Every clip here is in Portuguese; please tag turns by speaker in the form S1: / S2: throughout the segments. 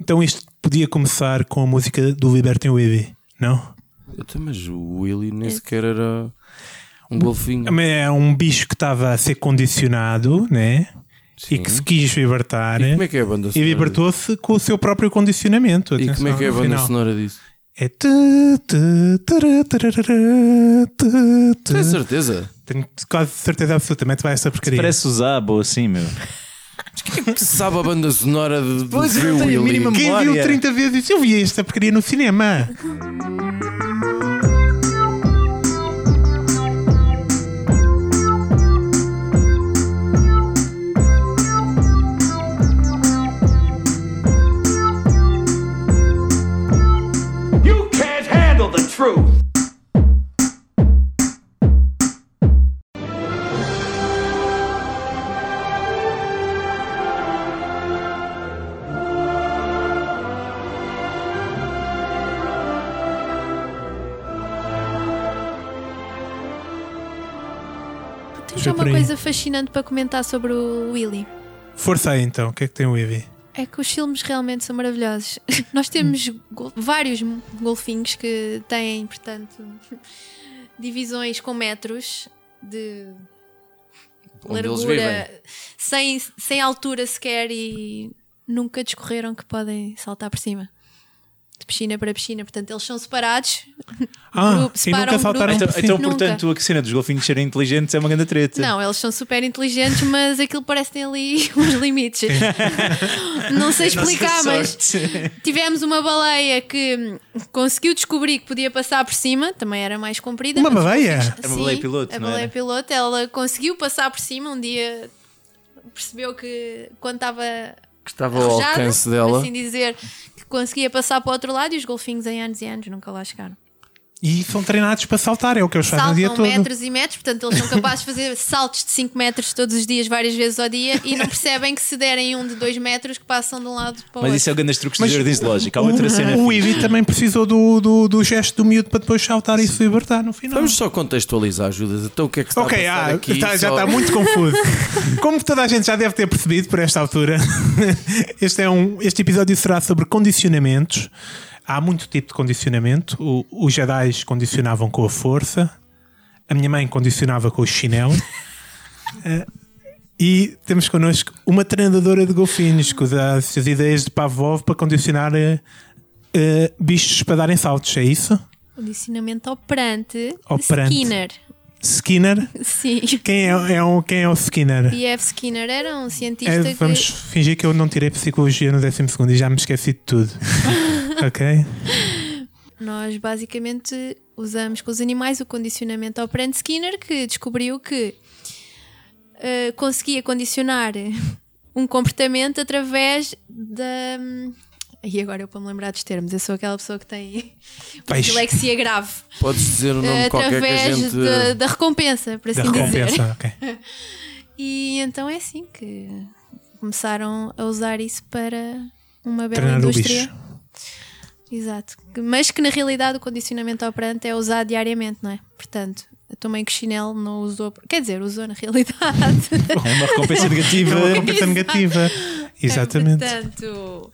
S1: Então isto podia começar com a música do Libertem o Willy, não?
S2: Até, mas o Willy nem sequer era um golfinho.
S1: Mas É um bicho que estava a ser condicionado, né? E
S2: Sim.
S1: que se quis libertar.
S2: E como é que é a banda
S1: E
S2: sonora?
S1: libertou-se com o seu próprio condicionamento.
S2: E como é que é
S1: atenção,
S2: a
S1: no
S2: banda
S1: final.
S2: sonora disso?
S1: É. tu, tu, tará, tarará, tu, tu.
S2: Tens certeza?
S1: Tenho quase certeza absolutamente vai essa porcaria.
S3: Parece o Zabo assim, meu.
S2: Que sabe a banda sonora de, de
S3: Pois,
S2: Free
S3: eu não tenho a
S2: Willy?
S3: mínima-
S1: Quem viu
S3: Glória.
S1: 30 vezes disse, eu vi esta porcaria no cinema.
S4: You can't handle the truth.
S5: Tens
S1: Foi
S5: uma
S1: por aí.
S5: coisa fascinante para comentar sobre o Willy.
S1: Força aí então, o que é que tem o Ivy?
S5: É que os filmes realmente são maravilhosos. Nós temos gol- vários m- golfinhos que têm, portanto, divisões com metros de
S2: Onde eles vivem.
S5: largura, sem, sem altura sequer e nunca descorreram que podem saltar por cima. De piscina para piscina, portanto, eles são separados.
S1: Ah,
S5: Grupo,
S1: e
S5: separa
S1: nunca
S5: um
S1: saltaram
S5: grupo.
S1: por
S3: Então,
S1: cima.
S3: então
S5: Nunca.
S3: portanto, a cena dos golfinhos serem inteligentes é uma grande treta.
S5: Não, eles são super inteligentes, mas aquilo parece que tem ali uns limites. Não sei explicar, mas tivemos uma baleia que hum, conseguiu descobrir que podia passar por cima, também era mais comprida.
S1: Uma
S5: mas
S1: baleia?
S5: conseguimos-
S3: Era uma baleia
S5: Sim,
S3: piloto,
S5: A
S3: não
S5: baleia
S3: era?
S5: piloto, ela conseguiu passar por cima um dia, percebeu que quando estava
S2: Que estava ao
S5: arrojada,
S2: alcance
S5: por
S2: dela.
S5: assim dizer, que conseguia passar para o outro lado e os golfinhos em anos e anos nunca lá chegaram.
S1: E são treinados para saltar, é o que eles fazem o dia
S5: Saltam
S1: todo.
S5: metros e metros, portanto, eles são capazes de fazer saltos de 5 metros todos os dias, várias vezes ao dia, e não percebem que se derem um de 2 metros que passam de um lado para o
S3: Mas
S5: outro.
S3: isso é o grande truque de
S1: Mas-
S3: jardins de lógica. Há outra cena.
S1: O Ivy também precisou do, do, do gesto do miúdo para depois saltar e se libertar no final.
S2: Vamos só contextualizar, Judas. Então o que é que está
S1: Ok,
S2: a passar
S1: ah,
S2: aqui?
S1: está- já
S2: Só-
S1: está muito confuso. Como toda a gente já deve ter percebido por esta altura, este, é um, este episódio será sobre condicionamentos. Há muito tipo de condicionamento. O- os Jedi condicionavam com a força, a minha mãe condicionava com o chinelo. Eh, e temos connosco uma treinadora de golfinhos que usa as suas ideias de Pavlov para condicionar eh, eh, bichos para darem saltos, é isso?
S5: Condicionamento operante,
S1: Operante.
S5: Skinner.
S1: Skinner?
S5: Sim.
S1: Quem é, é um, quem é o Skinner?
S5: P.F. Skinner era um cientista
S1: É, vamos
S5: que.
S1: fingir que eu não tirei psicologia no 12 segundo e já me esqueci de tudo. ok?
S5: Nós basicamente usamos com os animais o condicionamento operante Skinner, que descobriu que eh, conseguia condicionar um comportamento através da. hum, E agora eu para me lembrar dos termos, eu sou aquela pessoa que tem
S1: Pois.
S5: dilexia grave.
S2: Podes dizer o nome
S5: Eh,
S2: qualquer que a
S5: através
S2: gente.
S5: da- da recompensa, por assim
S1: Da
S5: dizer.
S1: recompensa. ok.
S5: E então é assim que começaram a usar isso para uma bela
S1: Treinar o
S5: indústria.
S1: bicho.
S5: Exato. Que- Mas que na realidade o condicionamento operante é usado diariamente, não é? Portanto, eu também que o chinelo não usou. Quer dizer, usou na realidade.
S3: É uma recompensa negativa.
S1: É uma recompensa negativa. Exatamente.
S5: Portanto,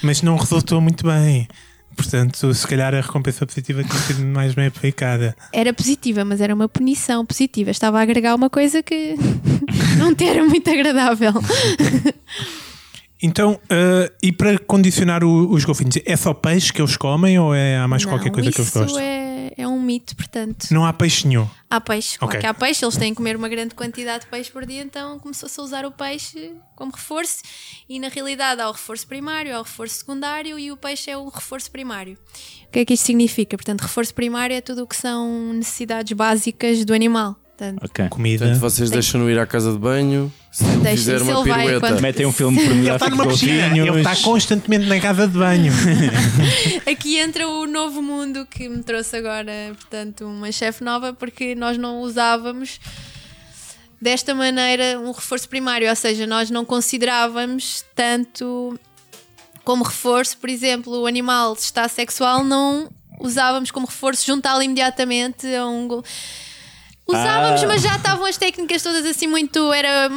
S1: Mas não resultou muito bem. Portanto, se calhar a recompensa positiva tinha sido mais bem aplicada.
S5: era positiva, mas era uma punição positiva. Estava a agregar uma coisa que não te era muito agradável.
S1: Então, eh, e para condicionar o- os golfinhos, é só peixe que eles comem ou é, há mais
S5: não,
S1: qualquer coisa
S5: isso
S1: que eles gostam?
S5: É, é um mito, portanto.
S1: Não há peixe nenhum.
S5: Há peixe, claro
S1: Ok.
S5: que há peixe, eles têm que comer uma grande quantidade de peixe por dia, então começou-se a usar o peixe como reforço e na realidade há o reforço primário, há o reforço secundário e o peixe é o reforço primário. O que é que isto significa? Portanto, reforço primário é tudo o que são necessidades básicas do animal. Portanto,
S3: Ok.
S1: Comida.
S2: Portanto, vocês deixam-no ir à casa de banho se ele
S5: Deixa-me,
S2: fizer
S5: se
S2: uma
S5: ele vai
S2: pirueta.
S5: quando-
S3: Metem um filme
S1: Ele está
S3: pornográfico de
S1: numa piscina, ele
S3: golfinhos.
S1: está constantemente na casa de banho.
S5: aqui entra o novo mundo que me trouxe agora, portanto, uma chefe nova, porque nós não usávamos desta maneira um reforço primário, ou seja, nós não considerávamos tanto como reforço, por exemplo, o animal se está sexual, não usávamos como reforço juntá-lo imediatamente a um. go- Usávamos,
S3: Ah.
S5: mas já estavam as técnicas todas assim muito. Era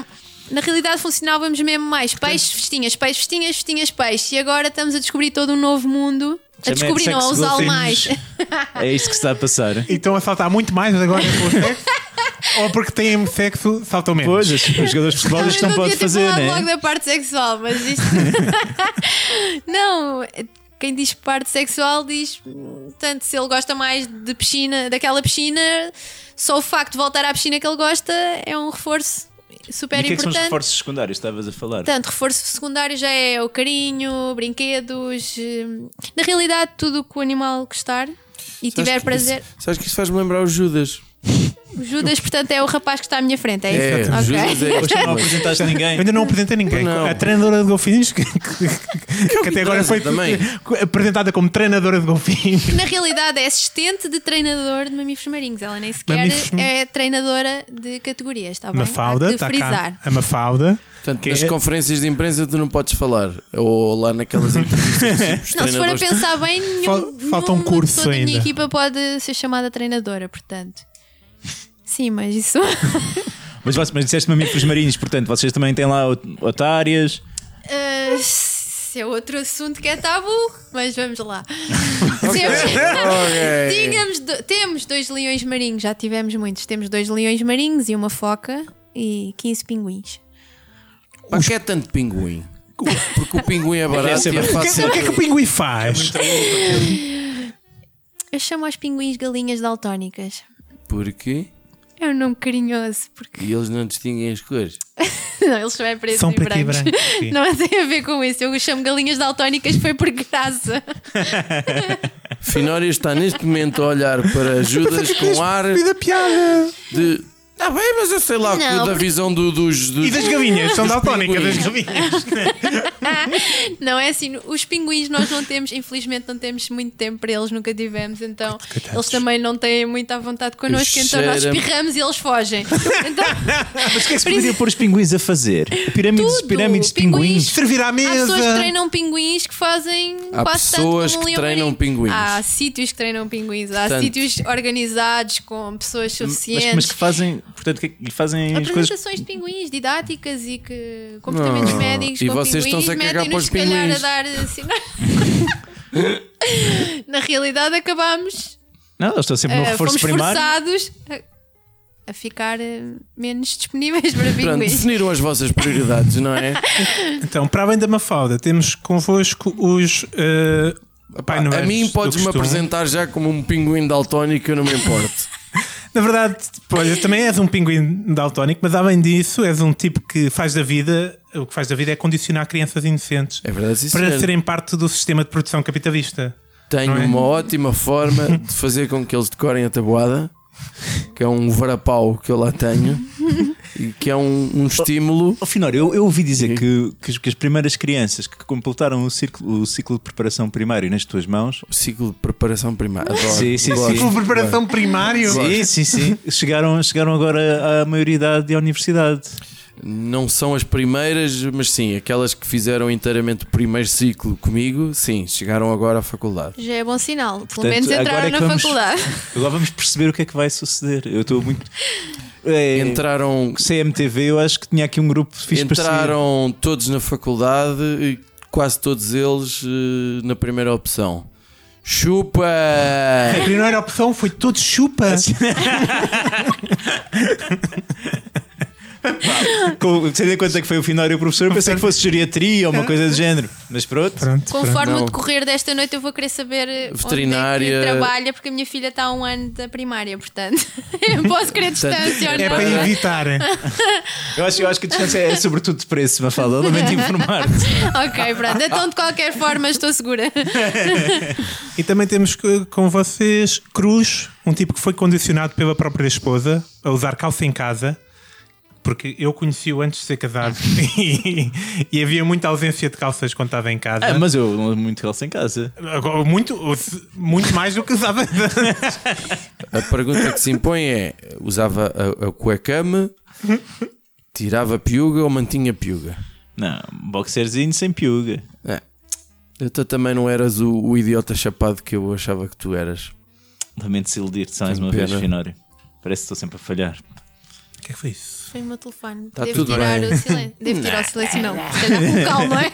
S5: Na realidade funcionávamos mesmo mais peixe, festinhas, peixe, festinhas, festinhas, peixe. E agora estamos a descobrir todo um novo mundo. A
S3: Também é
S5: descobrir, não, a
S3: sex
S5: usá-lo
S3: golfinhos.
S5: mais.
S3: É isto que se está a passar.
S1: E estão Então a saltar muito mais agora com o sexo? ou porque têm sexo, saltam menos?
S3: Pois, os os jogadores de futebol
S5: Talvez
S3: isto não
S5: devia
S3: pode
S5: ter
S3: fazer,
S5: falado
S3: né?
S5: logo da parte sexual, mas isto. não, quem diz parte sexual diz. Portanto, se ele gosta mais de piscina, daquela piscina, só o facto de voltar à piscina que ele gosta é um reforço super
S3: E o que é que são os
S5: importante.
S3: reforços secundários? Estavas a falar.
S5: Portanto, reforço secundário já é o carinho, brinquedos. hum, Na realidade, tudo o que o animal gostar e
S2: Sabes
S5: tiver
S2: que
S5: prazer.
S2: Isso, sabes que isso faz-me lembrar o Judas.
S5: O Judas, portanto, é o rapaz que está à minha frente, é
S2: É,
S5: isso?
S2: o
S5: Ok.
S2: Judas é
S3: Hoje
S2: este.
S3: não apresentaste
S1: Eu
S3: ninguém.
S1: ainda não apresentei ninguém.
S2: Não.
S1: A treinadora de golfinhos, que, que- que até agora
S2: interessa
S1: foi
S2: também.
S1: apresentada como treinadora de golfinhos.
S5: Na realidade, é assistente de treinador de mamíferos marinhos. Ela nem sequer
S1: Mamíferos-
S5: é treinadora de categorias, está bem? Há
S1: Mafalda,
S5: de
S1: está
S5: frisar.
S1: tá cá. É A Mafalda.
S2: Portanto,
S1: é?
S2: nas conferências de imprensa tu não podes falar. Ou lá naquelas entrevistas tipo, os
S5: Não, se for a
S2: treinadores.
S5: pensar bem, nenhum,
S1: Fal- falta um
S5: nenhuma
S1: curso
S5: pessoa da minha
S1: ainda.
S5: equipa pode ser chamada treinadora, portanto. Sim, mas isso.
S3: Mas, você- mas disseste mamíferos marinhos, portanto, vocês também têm lá ot- otárias.
S5: Ah, esse é outro assunto que é tabu, mas vamos lá. Temos-
S2: Ok.
S5: Tínhamos do- temos dois leões marinhos, já tivemos muitos. Temos dois leões marinhos e uma foca e 15 pinguins.
S2: Pá, que é tanto pinguim? Porque o pinguim é barato e é
S1: O que,
S2: fácil. É
S1: o que é que o pinguim faz? Então
S5: Eu chamo aos pinguins galinhas daltónicas.
S2: Porquê?
S5: É um nome carinhoso, porque
S2: E eles não distinguem as cores.
S5: não, eles são é pretos
S1: São
S5: e
S1: preto e
S5: brancos.
S1: branco, sim.
S5: não tem a ver com isso. Eu os chamo galinhas daltónicas foi por graça.
S2: Finório está neste momento a olhar para Judas com ar
S1: Vida piada.
S2: de. Ah, bem, mas eu sei lá
S5: Não,
S2: que da
S5: porque-
S2: visão do- dos. dos-
S1: E das galinhas? São daltónicas das
S2: pinguins.
S1: galinhas.
S5: Não é assim, os pinguins nós não temos, infelizmente não temos muito tempo para eles, nunca tivemos, então
S1: Coitados.
S5: eles também não têm muita vontade connosco, então nós
S2: Cheira-me.
S5: espirramos e eles fogem. Então,
S3: Mas o que é que se poderia pôr os pinguins a fazer? Pirâmides,
S5: Tudo.
S3: pirâmides de pinguins.
S1: Servir à
S5: Há pessoas que
S1: mesa.
S5: treinam pinguins que fazem
S2: Há
S5: quase tanto
S2: pessoas
S5: como um
S2: que
S5: leão
S2: treinam
S5: marinho.
S2: pinguins.
S5: Há sítios que treinam pinguins, há
S2: Portanto-
S5: sítios organizados com pessoas suficientes.
S3: Mas, mas que fazem, portanto, que, que fazem as coisas.
S5: Apresentações de pinguins didáticas e que comportamentos
S2: Não.
S5: médicos
S2: E
S5: com
S2: vocês
S5: pinguins
S2: estão-se a cagar
S5: metem-nos,
S2: para os
S5: se calhar,
S2: pinguins.
S5: a dar eh, sinais. Na realidade acabámos,
S3: Não, eles estão sempre no
S5: eh,
S3: reforço
S5: fomos
S3: primário.
S5: forçados a, a ficar eh, menos disponíveis para
S2: Pronto,
S5: pinguins.
S2: definiram as vossas prioridades, não é?
S1: Então, para além da Mafalda, temos convosco os. eh, Pai
S2: a
S1: Noéis
S2: mim
S1: do
S2: podes-me
S1: costume.
S2: apresentar já como um pinguim daltónico, eu não me importo.
S1: Na verdade, pois, também és um pinguim daltónico, mas além disso, és um tipo que faz da vida. O que faz da vida é condicionar crianças inocentes
S2: É verdade, sim,
S1: para
S2: senhor.
S1: serem parte do sistema de produção capitalista.
S2: Tenho
S1: Não é?
S2: uma ótima forma de fazer com que eles decorem a tabuada, que é um varapau que eu lá tenho, e que é um, um estímulo.
S3: Ao final, Oh, eu, eu ouvi
S2: Uhum.
S3: dizer que, que, as- que as primeiras crianças que completaram o ciclo, o ciclo de preparação primário nas tuas mãos.
S2: O ciclo de preparação primária. Adoro.
S3: Sim, sim,
S2: Gosto.
S3: sim.
S1: preparação primário.
S3: Sim, sim, sim. Chegaram, chegaram agora à maioridade e à universidade.
S2: Não são as primeiras, mas sim, aquelas que fizeram inteiramente o primeiro ciclo comigo, sim, chegaram agora à faculdade.
S5: Já é bom sinal, pelo
S3: Portanto,
S5: menos
S3: agora
S5: entraram
S3: é que
S5: na
S3: vamos-
S5: faculdade.
S3: Agora vamos perceber o que é que vai suceder. Eu estou muito. É,
S2: Entraram,
S3: CMTV, eu acho que tinha aqui um grupo fixe
S2: entraram todos na faculdade, e quase todos eles eh, na primeira opção. Chupa!
S1: A primeira opção foi todos chupa.
S3: para si. Com, sei de quanto é que foi o final e o professor, eu pensei que fosse geriatria ou uma coisa do género. Mas pronto.
S1: Pronto, pronto.
S5: Conforme
S2: Não.
S5: o decorrer desta noite, eu vou querer saber eh, onde é que
S2: Veterinária.
S5: trabalha, porque a minha filha está há um ano da primária, portanto, eu posso querer distância ou
S1: É
S5: não.
S1: para evitar.
S3: Eu acho, eu acho que a distância é sobretudo de preço, Mafalda. Eu Lamento informar-te.
S5: Ok, pronto. Então, de qualquer forma, estou segura.
S1: E também temos co- com vocês Cruz, um tipo que foi condicionado pela própria esposa a usar calça em casa, porque eu conheci-o antes de ser casado e, e havia muita ausência de calças quando estava em casa.
S3: Ah, mas eu não ando muito calça em casa.
S1: Agora, Muito, muito mais do que usava.
S2: A pergunta que se impõe é: usava a, a cuecame, tirava piuga ou mantinha piuga?
S3: Não, boxerzinho sem piuga.
S2: É. Tu também não eras o, o idiota chapado que eu achava que tu eras.
S3: Lamento se iludir-te mais
S2: Tenho
S3: uma vez,
S2: pena.
S3: Finório. Parece que estou sempre a falhar.
S1: O que é que foi isso?
S5: Foi o meu telefone.
S2: Tá
S5: Devo
S2: tudo
S5: tirar
S2: bem.
S5: o silêncio. Devo tirar o silêncio, não. Se calhar com calma, é?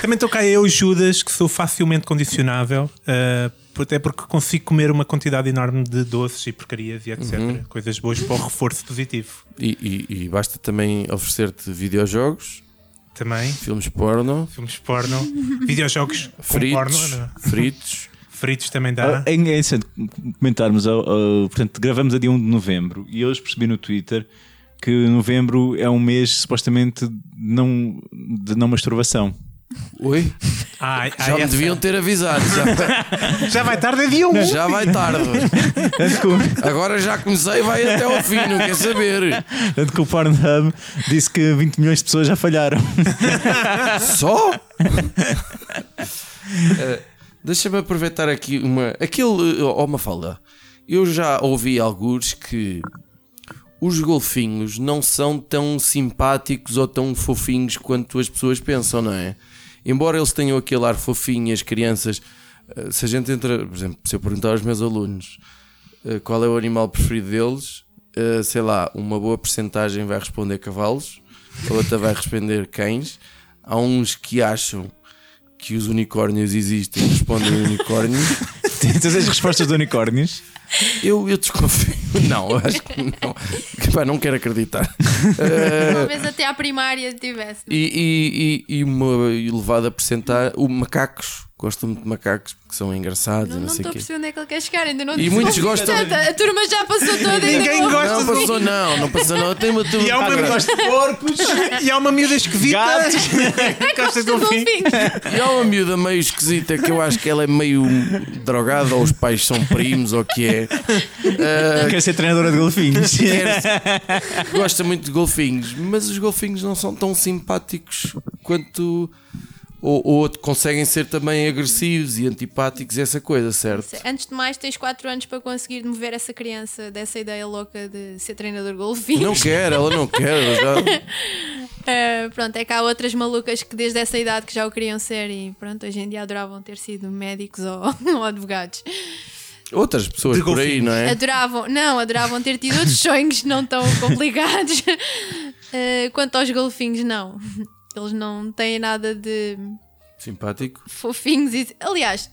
S1: Também estou cá eu, Judas, que sou facilmente condicionável, ah, por- até porque consigo comer uma quantidade enorme de doces e porcarias e etc.
S2: Uhum.
S1: Coisas boas para o reforço positivo.
S2: E, e- e basta também oferecer-te videojogos,
S1: Também,
S2: filmes porno,
S1: filmes porno, videojogos com porno,
S2: fritos,
S1: não é?
S2: fritos.
S1: fritos também
S3: Ah,
S1: dá.
S3: É interessante comentarmos. ao- ao- portanto, gravamos a dia 1 de novembro e hoje percebi no Twitter que novembro é um mês supostamente de não, de não masturbação.
S2: Oi?
S1: Ai, ai,
S2: Ah, é. Já me
S1: Ah, essa-
S2: deviam ter avisado. Já,
S1: já vai tarde, é dia 1.
S2: já vai tarde. Agora já comecei, vai até ao fim, não quer saber.
S3: Tanto que o Pornhub disse que 20 milhões de pessoas já falharam.
S2: Só? Eh, Deixa-me aproveitar aqui uma. Aquele. eh, Oh, Mafalda. Eu já ouvi alguns que os golfinhos não são tão simpáticos ou tão fofinhos quanto as pessoas pensam, não é? Embora eles tenham aquele ar fofinho, as crianças. eh, Se a gente entra. Por exemplo, se eu perguntar aos meus alunos eh, qual é o animal preferido deles, eh, sei lá, uma boa porcentagem vai responder cavalos, a outra vai responder cães. Há uns que acham que os unicórnios existem e respondem unicórnios.
S3: Tens as respostas de unicórnios.
S2: Eu, eu desconfio. Não, eu acho que não. Que, pá, não quero acreditar. Eh,
S5: Talvez até à primária tivesse. não é?
S2: E, e, e- e uma elevada porcentagem. O macacos. Gosto muito de macacos porque são engraçados
S5: Não
S2: e não,
S5: não
S2: sei
S5: estou
S2: o
S5: a
S2: quê.
S5: perceber onde é que ele quer chegar, ainda não
S2: E muitos
S5: desenvolvi
S2: gostam-
S5: tanto. A turma já passou toda ainda
S1: Ninguém
S5: não-
S1: gosta.
S2: Não
S1: Gostas
S2: passou, não, não passou, não. Eu tenho uma Ah,
S1: E há uma
S2: turma-
S1: gosta de porcos e há uma miúda esquisita.
S3: Gatos.
S1: Gostas de um
S5: Não
S1: fim?
S5: fica.
S2: E há uma miúda meio esquisita que eu acho que ela é meio drogada, ou os pais são primos, ou o que é.
S5: Ah,
S3: Quer ser treinadora de golfinhos.
S5: É.
S2: Quer- Gosta muito de golfinhos, mas os golfinhos não são tão simpáticos quanto. Ou, ou conseguem ser também agressivos e antipáticos, essa coisa, certo?
S5: Antes de mais, tens 4 anos para conseguir mover essa criança dessa ideia louca de ser treinador de golfinhos.
S2: Não quer, ela não quer. já-
S5: Uh, pronto, é que há outras malucas que desde essa idade que já o queriam ser e pronto, hoje em dia adoravam ter sido médicos ou, ou advogados.
S2: Outras pessoas
S1: De
S2: por aí,
S1: golfinhos.
S2: não é?
S5: Adoravam, não, adoravam ter tido outros sonhos não tão complicados. Uh, quanto aos golfinhos, não. Eles não têm nada de
S2: Simpático.
S5: fofinhos e. Aliás,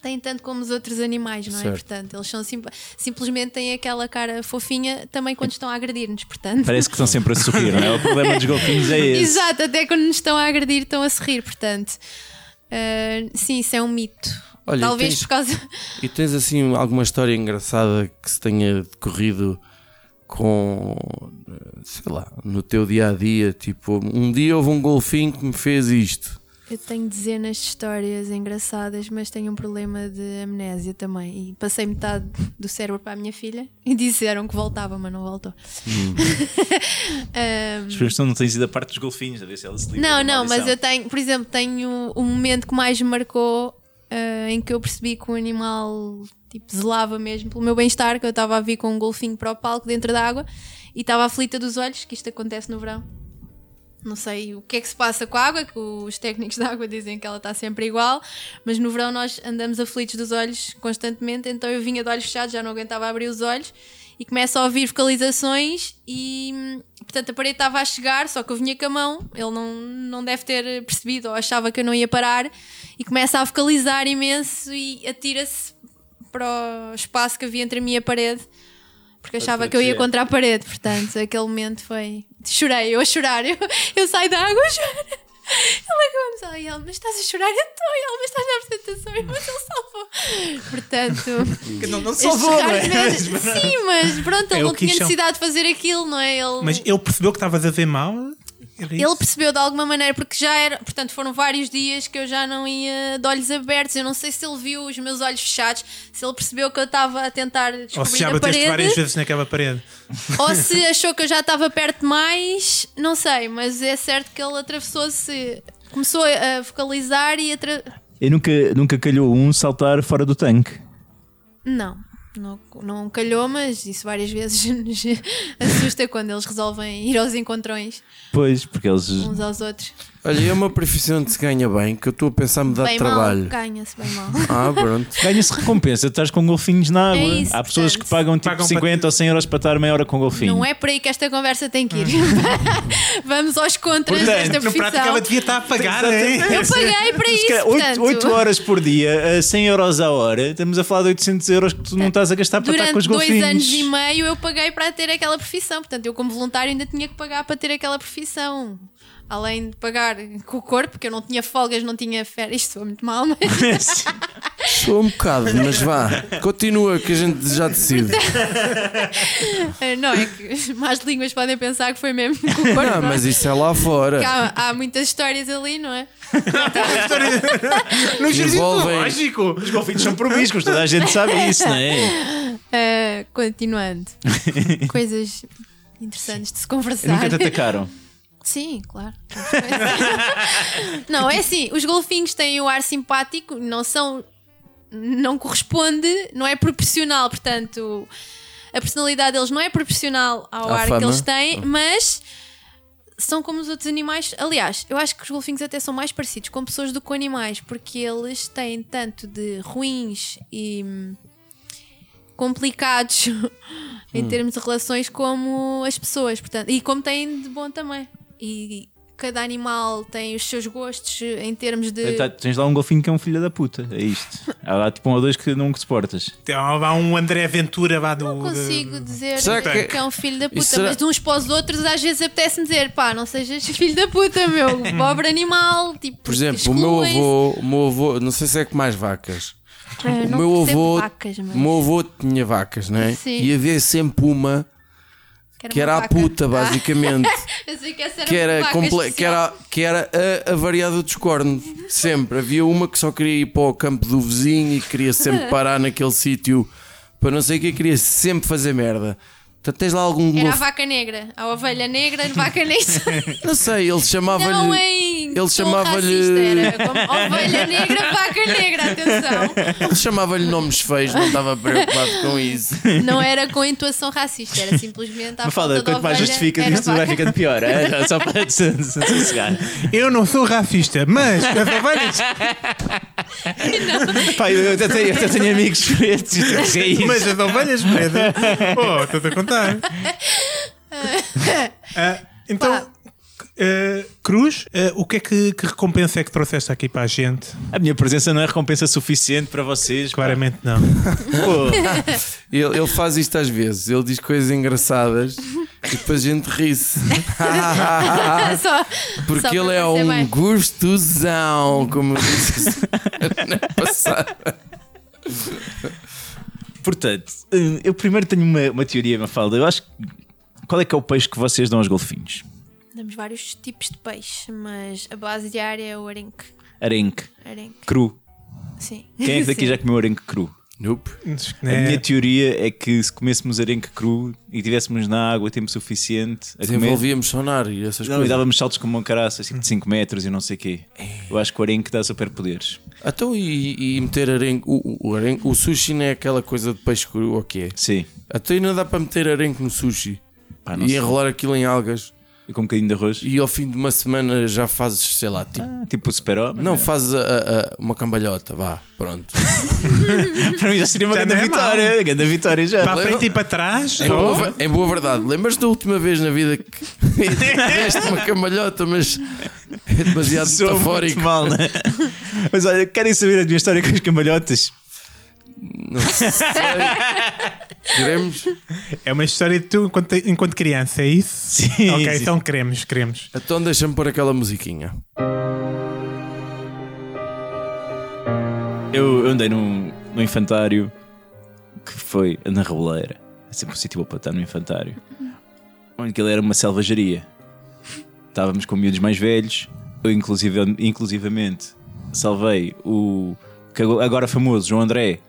S5: têm tanto como os outros animais, não é?
S2: Certo.
S5: Portanto, eles são simp- simplesmente têm aquela cara fofinha também quando estão a agredir-nos, portanto.
S3: Parece que estão sempre a sorrir, não é? O problema dos golfinhos é esse.
S5: Exato, até quando nos estão a agredir estão a se rir, portanto. ah, sim, isso é um mito.
S2: Olha,
S5: Talvez
S2: tens-
S5: por causa.
S2: E tens assim alguma história engraçada que se tenha decorrido com, eh, sei lá, no teu dia a dia? Tipo, um dia houve um golfinho que me fez isto.
S5: Eu tenho dezenas de histórias engraçadas, mas tenho um problema de amnésia também. E passei metade do cérebro para a minha filha e disseram que voltava, mas não voltou. Ah,
S3: Espero que tu não tens ido a parte dos golfinhos, a ver se ela se livra
S5: Não,
S3: da
S5: não, mas
S3: maldição.
S5: eu tenho, por exemplo, tenho o momento que mais me marcou ah, em que eu percebi que o animal tipo, zelava mesmo pelo meu bem-estar, que eu estava a vir com um golfinho para o palco dentro da água e estava aflita dos olhos, que isto acontece no verão. Não sei o que é que se passa com a água, que os técnicos da água dizem que ela está sempre igual, mas no verão nós andamos aflitos dos olhos constantemente, então eu vinha de olhos fechados, já não aguentava abrir os olhos e começo a ouvir vocalizações e hum, portanto a parede estava a chegar, só que eu vinha com a mão, ele não, não deve ter percebido ou achava que eu não ia parar e começa a vocalizar imenso e atira-se para o espaço que havia entre mim e a parede porque achava que eu ia
S3: proteger.
S5: contra a parede, portanto aquele momento foi. Chorei, eu a chorar, eu, eu saio da água, eu choro. Ele acabou-me e ele, mas estás a chorar? Eu estou, e ele, mas estás na apresentação, eu, mas ele salvou. Portanto,
S1: Não, não
S5: estes
S1: salvou, não é?
S5: caras mesmo- Sim, mas pronto, ele
S1: É o
S5: não
S1: que
S5: tinha
S1: são.
S5: necessidade de fazer aquilo, não é? Ele,
S1: Mas ele percebeu que estavas a ver mal? Era
S5: ele
S1: isso?
S5: percebeu de alguma maneira, porque já era. Portanto, foram vários dias que eu já não ia de olhos abertos. Eu não sei se ele viu os meus olhos fechados, se ele percebeu que eu estava a tentar
S1: Ou se
S5: descobrir
S1: já
S5: a
S1: bateste várias
S5: parede,
S1: vezes naquela parede?
S5: ou se achou que eu já estava perto demais, não sei, mas é certo que ele atravessou-se, começou a vocalizar e. Atra...
S3: Eu nunca, nunca calhou um saltar fora do tanque.
S5: Não, não, não calhou, mas isso várias vezes nos assusta quando eles resolvem ir aos encontrões
S3: Pois, porque eles
S5: uns aos outros.
S2: Olha, é uma profissão que se ganha bem, que eu estou a pensar me dar
S5: Bem
S2: trabalho.
S5: mal, ganha-se bem mal.
S2: Ah, pronto.
S3: Ganha-se recompensa, estás com golfinhos na água.
S5: É isso,
S3: Há pessoas que
S5: portanto.
S3: pagam tipo
S1: Pagam para-
S3: 50 ou 100 euros para estar meia hora com um golfinho.
S5: Não é por aí que esta conversa tem que ir. Vamos aos contras desta
S1: Portanto, no prático
S5: profissão.
S1: ela devia estar a pagar, hein?
S3: Exatamente.
S5: Eu paguei para isso, portanto.
S3: 8, horas por dia, a 100 euros a hora, estamos a falar de 800 euros que tu não estás a gastar para estar com
S5: É. Durante
S3: os
S5: dois
S3: golfinhos.
S5: anos e meio eu paguei para ter aquela profissão. Portanto, eu como voluntário ainda tinha que pagar para ter aquela profissão. Além de pagar com o corpo, que eu não tinha folgas, não tinha férias. Isto soa muito mal, mas
S2: Sou um bocado, mas vá. Continua que a gente já decide.
S5: eh, não é que más línguas podem pensar que foi mesmo com o corpo.
S2: Não,
S5: não é?
S2: mas isso é lá fora.
S5: Porque há, há muitas histórias ali, não é?
S1: No jardim
S2: Envolvem.
S1: zoológico.
S3: Os golfinhos são promíscuos, toda a gente sabe isso, não é?
S5: Eh, continuando. Coisas interessantes de se conversar.
S3: Nunca te atacaram.
S5: Sim, claro. não, é assim, os golfinhos têm o ar simpático, não são. não corresponde, não é proporcional, portanto, a personalidade deles não é proporcional ao
S2: À
S5: ar que
S2: fama. Ah.
S5: eles têm, mas são como os outros animais. Aliás, eu acho que os golfinhos até são mais parecidos com pessoas do que com animais, porque eles têm tanto de ruins e hum, complicados
S2: Hum.
S5: em termos de relações como as pessoas, portanto, e como têm de bom também. E cada animal tem os seus gostos em termos de
S3: Tá, tens lá um golfinho que é um filho da puta, é isto. Há lá tipo um ou dois que não que suportas.
S1: Então, há um André Ventura vá do.
S5: Não consigo dizer
S2: Será
S5: que...
S2: que-
S5: é um filho da puta,
S2: Isso será-
S5: mas de uns para os outros às vezes apetece-me dizer pá, não sejas filho da puta, meu pobre animal. Tipo,
S2: Hum. Por exemplo, o meu
S5: excluem-se.
S2: avô, o meu avô, não sei se é que mais vacas.
S5: Ah, eu
S2: o
S5: não
S2: meu
S5: percebo
S2: avô,
S5: vacas, mas
S2: o meu avô tinha vacas, não é?
S5: Sim.
S2: E havia sempre uma que
S5: uma
S2: era a
S5: vaca.
S2: puta,
S5: Ah,
S2: basicamente.
S5: eu sei que essa era,
S2: que era,
S5: uma vaca
S2: comple- que
S5: especial.
S2: era, que era a, a variada dos cornos. Sempre. Havia uma que só queria ir para o campo do vizinho e queria sempre parar naquele sítio para não sei o que, queria sempre fazer merda. Então tens lá algum.
S5: Era a
S2: golf-
S5: vaca negra, a ovelha negra, a vaca negra.
S2: Não sei, ele
S5: Não,
S2: chamava-lhe.
S5: hein?
S2: ele chamava-lhe-
S5: Ovelha negra, vaca negra, atenção.
S2: Ele chamava-lhe nomes feios, não estava preocupado com isso.
S5: Não era com intuação racista, era simplesmente a
S3: Não fala,
S5: falta de
S3: quanto mais
S5: ovelha,
S3: justificas
S5: era
S3: isto vai
S5: vaca.
S3: ficando pior. É? Só para te sossegar.
S1: Eu não sou racista, mas as ovelhas.
S3: Pá, eu até tenho, eu até tenho amigos pretos. que é isso.
S1: mas as ovelhas medem. Oh, estou-te a contar. Ah, então, ah, Cruz, ah, o que é que, que recompensa é que trouxeste aqui para a gente?
S3: A minha presença não é recompensa suficiente para vocês. pá.
S1: Claramente não.
S3: Pô,
S2: Ele, ele faz isto às vezes, ele diz coisas engraçadas e depois a gente ri-se.
S5: Só- só
S2: Porque
S5: para
S2: ele é
S5: parecer
S2: um
S5: bem.
S2: gostosão, como eu disse na passada.
S3: Portanto, eh, eu primeiro tenho uma, uma teoria, Mafalda. Eu acho que. Qual é que é o peixe que vocês dão aos golfinhos?
S5: Damos vários tipos de peixe, mas a base diária é o arenque.
S3: Arenque.
S5: Arenque,
S3: Cru.
S5: sim.
S3: Quem é que daqui
S5: Sim.
S3: já comeu arenque cru?
S2: Nope.
S3: A
S1: É,
S3: minha teoria é que se comêssemos arenque cru e tivéssemos na água tempo suficiente a comer.
S2: Desenvolvíamos sonar e essas
S3: Não, e
S2: coisas.
S3: dávamos saltos como um caraças, tipo de 5 metros e não sei o quê.
S1: É.
S3: Eu acho que o arenque dá superpoderes.
S2: Então, e, e meter arenque o, o- o arenque? O sushi não é aquela coisa de peixe cru, ou o que é?
S3: Sim.
S2: Até ainda dá para meter arenque no sushi
S3: Pá, Ah, não
S2: e
S3: sei.
S2: enrolar aquilo em algas.
S3: E com um bocadinho de arroz.
S2: E ao fim de uma semana já fazes, sei lá, tipo.
S3: Ah, tipo o super-homem.
S2: Não, fazes a- a- a- uma cambalhota, vá, pronto.
S3: para mim já seria uma
S1: Já não
S3: grande
S1: é mau.
S3: vitória. grande vitória já.
S1: Para a frente e para trás.
S2: Em boa, ver- em boa verdade, lembras da última vez na vida que deste uma cambalhota, mas é demasiado
S3: Soa muito
S2: metafórico.
S3: mal, né? Mas olha, querem saber a minha história com as cambalhotas?
S2: Não sei. Queremos?
S1: É uma história de tu enquanto, enquanto criança, é isso?
S3: Sim,
S1: Ok,
S3: sim.
S1: então queremos, queremos.
S2: Então deixa-me pôr aquela musiquinha.
S3: Eu eu andei num, num infantário que foi na Reboleira. É sempre um sítio bom para estar no infantário. Onde aquilo era uma selvageria. Estávamos com miúdos mais velhos. Eu, inclusive, inclusivamente, salvei o que ago- agora famoso João André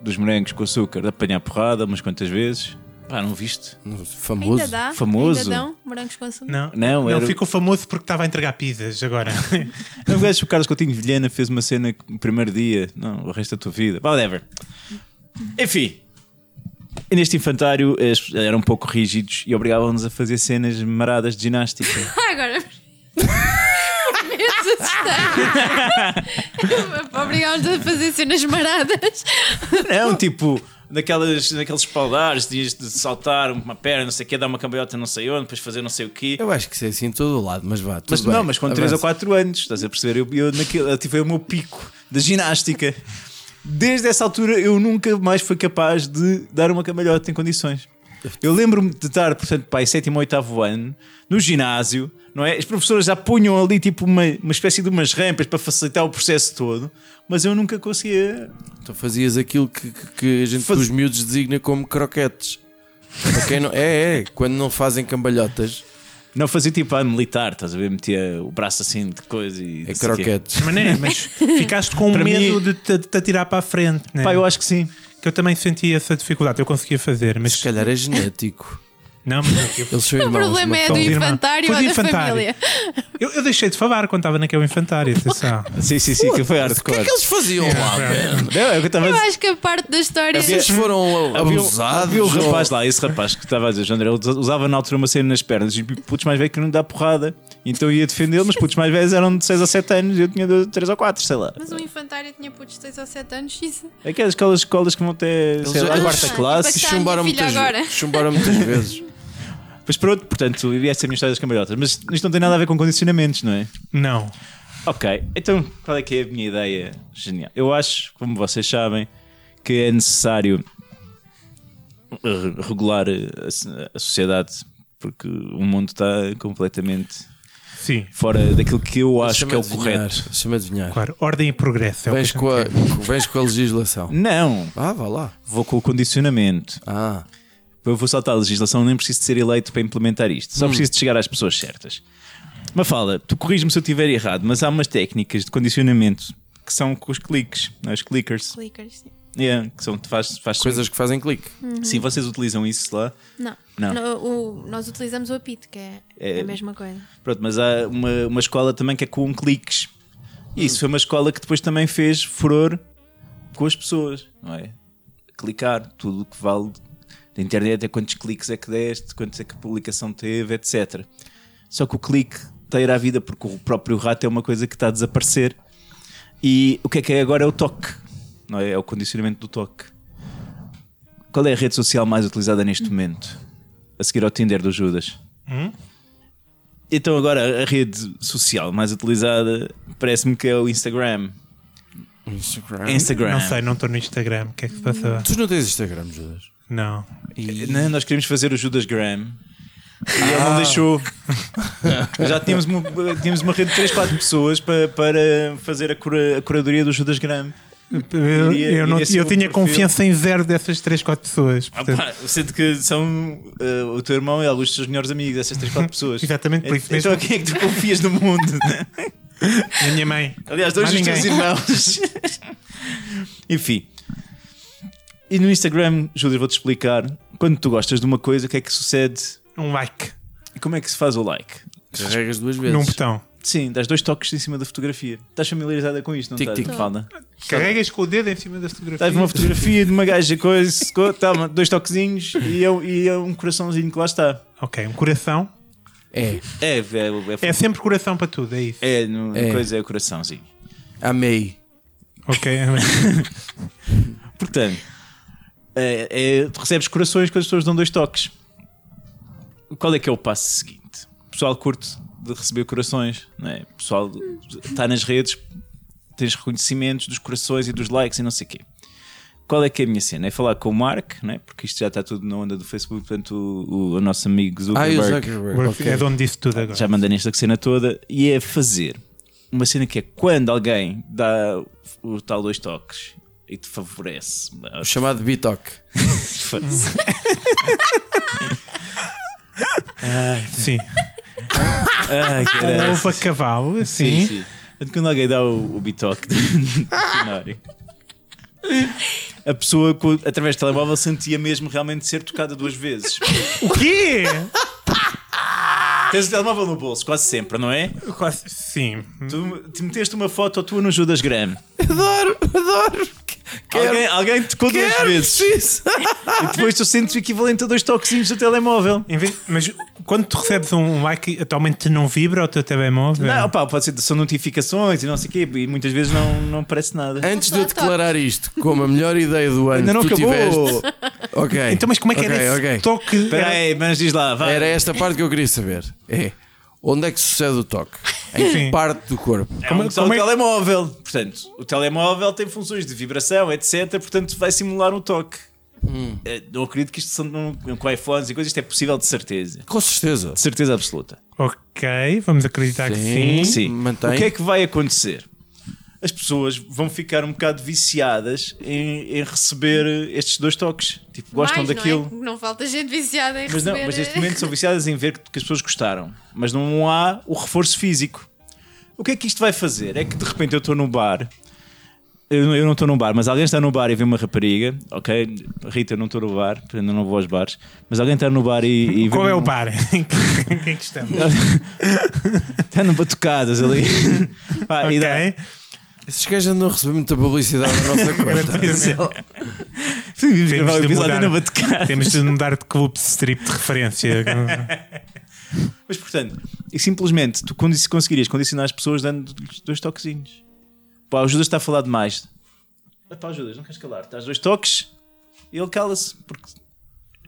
S3: dos morangos com açúcar de apanhar porrada umas quantas vezes. Pá, não viste?
S2: Famoso.
S5: Ainda dá?
S3: é Famoso.
S5: Ainda dão morangos com açúcar?
S1: Não,
S3: Não, era-
S1: ficou famoso porque estava a entregar pizzas agora.
S3: Não vejo o Carlos Coutinho de Vilhena fez uma cena que no primeiro dia, não, o resto da tua vida, whatever. Enfim, e neste infantário eles eram um pouco rígidos e obrigavam-nos a fazer cenas maradas de ginástica.
S5: Ah, agora. Obrigámos a fazer cenas maradas.
S3: Não, tipo, naquelas, naqueles espaldares, dias de saltar uma perna, não sei o quê, dar uma cambalhota não sei onde, depois fazer não sei o quê.
S2: Eu acho que isso é assim em todo o lado, mas vá. Tudo
S3: Mas
S2: bem.
S3: não, mas com 3 ou
S2: Avança.
S3: 4 anos, estás a perceber? Eu, eu naquele, ativei o meu pico da ginástica. Desde essa altura eu nunca mais fui capaz de dar uma cambalhota em condições. Eu lembro-me de estar, portanto, pai, sétimo ou oitavo ano, no ginásio, não é? As professoras já punham ali tipo uma, uma espécie de umas rampas para facilitar o processo todo, mas eu nunca conseguia.
S2: Tu fazias aquilo que, que- que a gente
S3: Faz-
S2: dos miúdos designa como croquetes. Para quem não- É, é, quando não fazem cambalhotas,
S3: Não fazia tipo a militar, estás a ver? Metia o braço assim de coisa e.
S2: é
S3: não sei o quê.
S2: croquetes.
S1: Mané, mas ficaste com
S3: Para
S1: medo
S3: mim-
S1: de te, de te atirar para a frente, né?
S3: Pá, eu acho que sim.
S1: que eu também senti essa dificuldade. Eu conseguia fazer, mas
S2: Se calhar é genético.
S1: não. mas eu-
S2: Eles são
S5: O
S2: irmãos.
S5: problema é do
S1: Irmã.
S5: infantário
S1: Foi
S5: ou
S1: do
S5: da
S1: infantário.
S5: família.
S1: Eu, eu deixei de falar quando estava naquele infantário, atenção.
S3: Sim, sim, sim, que foi
S2: O que é
S3: hardcore.
S2: que eles faziam lá, velho?
S3: Não, é o que eu estava a
S5: Eu
S3: dizer.
S5: acho que a parte da história.
S2: Vocês foram
S3: Havia um-
S2: abusados?
S3: Havia um
S2: ou-
S3: rapaz lá, esse rapaz que estava a dizer, André, ele usava na altura uma cena nas pernas e putos mais velhos que não dá porrada. Então ia defendê-lo, mas putos mais velhos eram de 6 a 7 anos e eu tinha 3 ou 4, sei lá.
S5: Mas o um infantário tinha putos de 6 ou 7 anos. Isso.
S3: Aquelas escolas, escolas que vão até, sei
S2: Eles-
S3: lá,
S2: eles-
S3: quarta
S5: Ah,
S3: classe.
S5: Está a
S2: Chumbaram
S5: minha filha
S2: muitas,
S5: agora.
S2: vezes. chumbaram muitas vezes.
S3: Mas pronto, portanto, e essa é a minha história das cambalhotas. Mas isto não tem nada a ver com condicionamentos, não é?
S1: Não.
S3: Ok, então qual é que é a minha ideia genial? Eu acho, como vocês sabem, que é necessário re- regular a, a- a sociedade porque o mundo está completamente
S1: Sim,
S3: fora daquilo que eu acho
S2: Chama
S3: que é o
S2: adivinhar,
S3: correto.
S2: Chama adivinhar.
S1: claro. Ordem e progresso. É o que
S2: Vens
S1: eu
S2: com, a, vens com a legislação.
S3: Não,
S2: Ah, vá lá.
S3: vou com o condicionamento.
S2: Ah,
S3: Eu vou saltar a legislação, nem preciso de ser eleito para implementar isto. Só preciso de chegar às pessoas certas. Mafalda, tu corriges-me se eu estiver errado, mas há umas técnicas de condicionamento que são com os cliques, não é? os clickers.
S5: Clickers, sim.
S3: Yeah, que são, faz, faz
S2: coisas que fazem clique.
S3: Sim, vocês utilizam isso lá.
S5: Não.
S3: Não.
S5: No- o- nós utilizamos o apito, que é,
S3: É-
S5: a mesma coisa.
S3: Pronto, mas há uma, uma escola também que é com cliques. E isso foi uma escola que depois também fez furor com as pessoas, não é? Clicar, tudo o que vale da internet é quantos cliques é que deste, quantos é que a publicação teve, etc. Só que o clique está a ir à vida porque o próprio rato é uma coisa que está a desaparecer. E o que é que é agora é o toque, não é? É o condicionamento do toque. Qual é a rede social mais utilizada neste momento? A seguir ao Tinder do Judas. Então agora a rede social mais utilizada parece-me que é o Instagram.
S2: Instagram.
S3: Instagram.
S1: Ah, Não sei, não estou no Instagram. O que é que se passa?
S2: Tu não tens Instagram, Judas?
S1: Não.
S3: Não, nós queríamos fazer o Judas Graham. E ele
S1: Ah.
S3: não deixou. Já tínhamos uma, tínhamos uma rede de 3, 4 pessoas para, para fazer a, cura- a curadoria do Judas Graham.
S1: Eu,
S3: Iria-
S1: eu não,
S3: iria ser
S1: eu
S3: um
S1: tinha
S3: perfil.
S1: confiança em zero dessas 3, 4 pessoas.
S3: Ah,
S1: Portanto,
S3: pá, eu sinto que são eh, o teu irmão e alguns dos teus melhores amigos, essas 3, 4 pessoas.
S1: Exatamente, por isso
S3: Então a quem é que tu confias no mundo?
S1: a minha mãe.
S3: Aliás, dois
S1: Mais
S3: dos teus irmãos. Enfim. E no Instagram, Júlio, vou-te explicar. Quando tu gostas de uma coisa, o que é que sucede?
S1: Um like
S3: E como é que se faz o like?
S2: Carregas duas vezes.
S1: num botão.
S3: Sim, dás dois toques em cima da fotografia. Estás familiarizada com isto, não
S2: Tic,
S3: estás?
S2: tic.
S3: Mafalda?
S1: Carregas com o dedo em cima da fotografia.
S3: Estás uma fotografia de uma gaja, coisa, co- toma, dois toquezinhos e é, um- e é um coraçãozinho que lá está.
S1: Ok, um coração.
S2: É,
S3: É, é,
S1: É sempre coração para tudo, é isso.
S3: é, é, no-
S2: É.
S3: coisa é o coraçãozinho.
S2: amei.
S1: Ok.
S3: Portanto, é- é- tu recebes corações quando as pessoas dão dois toques. Qual é que é o passo seguinte? O pessoal curte de receber corações, não é? O pessoal está nas redes, tens reconhecimentos dos corações e dos likes e não sei o quê. Qual é que é a minha cena? É falar com o Mark, não é? porque isto já está tudo na onda do Facebook, portanto o, o- o nosso amigo
S2: Ah, e o
S3: Zuckerberg
S2: Zuckerberg.
S1: É dono disso tudo agora.
S3: já manda nesta cena toda e é fazer uma cena que é quando alguém dá o tal dois toques e te favorece.
S2: O chamado Bitoc.
S3: Foda-se.
S1: Sim.
S3: Ai,
S1: Um
S3: caralho.
S1: ovo a cavalo, assim.
S3: Sim, sim. Portanto, É Quando alguém dá o, o bitoque de dicionário, a pessoa, co- através do telemóvel, sentia mesmo realmente ser tocada duas vezes.
S1: O quê?
S3: Tens o telemóvel no bolso, quase sempre, não é?
S1: Quase- Sim.
S3: Tu te meteste uma foto tua no Judas Graham.
S2: Adoro, adoro. Quero-
S3: Alguém, alguém tocou duas
S2: Quero
S3: vezes.
S2: isso.
S3: E depois tu sentes o equivalente a dois toquezinhos do telemóvel.
S1: Em vez- mas quando tu recebes um like, atualmente não vibra o teu telemóvel?
S3: Não, pá, pode ser, são notificações e não sei o quê, e muitas vezes não, não parece nada.
S2: Antes de eu declarar isto como a melhor ideia do ano
S3: Ainda não
S2: que tu
S3: acabou.
S2: tiveste. Ok.
S1: Então, mas como é que
S2: ok,
S1: era esse
S2: ok.
S1: toque?
S3: Espera
S1: Era-
S3: aí, mas diz lá, vai.
S2: Era esta parte que eu queria saber. É. Onde é que sucede o toque? Em
S1: Sim.
S2: que parte do corpo?
S3: Como,
S1: Como-
S3: só
S1: como
S3: o
S1: é-
S3: um telemóvel. Portanto, o telemóvel tem funções de vibração, etc. Portanto, vai simular um toque. Eh, Não acredito que isto são não- com iPhones e coisas, isto é possível de certeza.
S2: Com certeza.
S3: De certeza absoluta.
S1: Ok, vamos acreditar que sim.
S2: Sim.
S3: Sim.
S2: mantém.
S3: O que é que vai acontecer? As pessoas vão ficar um bocado viciadas em, em receber estes dois toques. Tipo, gostam
S5: Mais, não é?
S3: daquilo.
S5: Não, falta gente viciada em
S3: Mas não,
S5: receber.
S3: mas neste momento são viciadas em ver que, que as pessoas gostaram, mas não há o reforço físico. O que é que isto vai fazer? É que de repente eu estou num bar, eu, eu não estou num bar, mas alguém está no bar e vê uma rapariga, ok? Rita, eu não estou no bar, portanto, eu não vou aos bares, mas alguém está no bar e. e
S1: Qual
S3: vê
S1: é o
S3: um-
S1: par em que, em que é que estamos?
S3: Está no batucadas ali. Ah, e
S1: Ok.
S3: dá-
S2: Esses gajos andam a receber muita publicidade na nossa conta.
S3: Sim, vimos
S1: Temos
S3: gravar o
S1: de
S3: episódio
S1: mudar.
S3: na batucada.
S1: Temos de mudar de clube de strip de referência.
S3: Mas portanto, e simplesmente tu condi- conseguirias condicionar as pessoas dando-lhes dois toquezinhos. Pá, o Judas está a falar demais. Ah, Pá, o Judas, não queres calar? Dás dois toques e ele cala-se, porque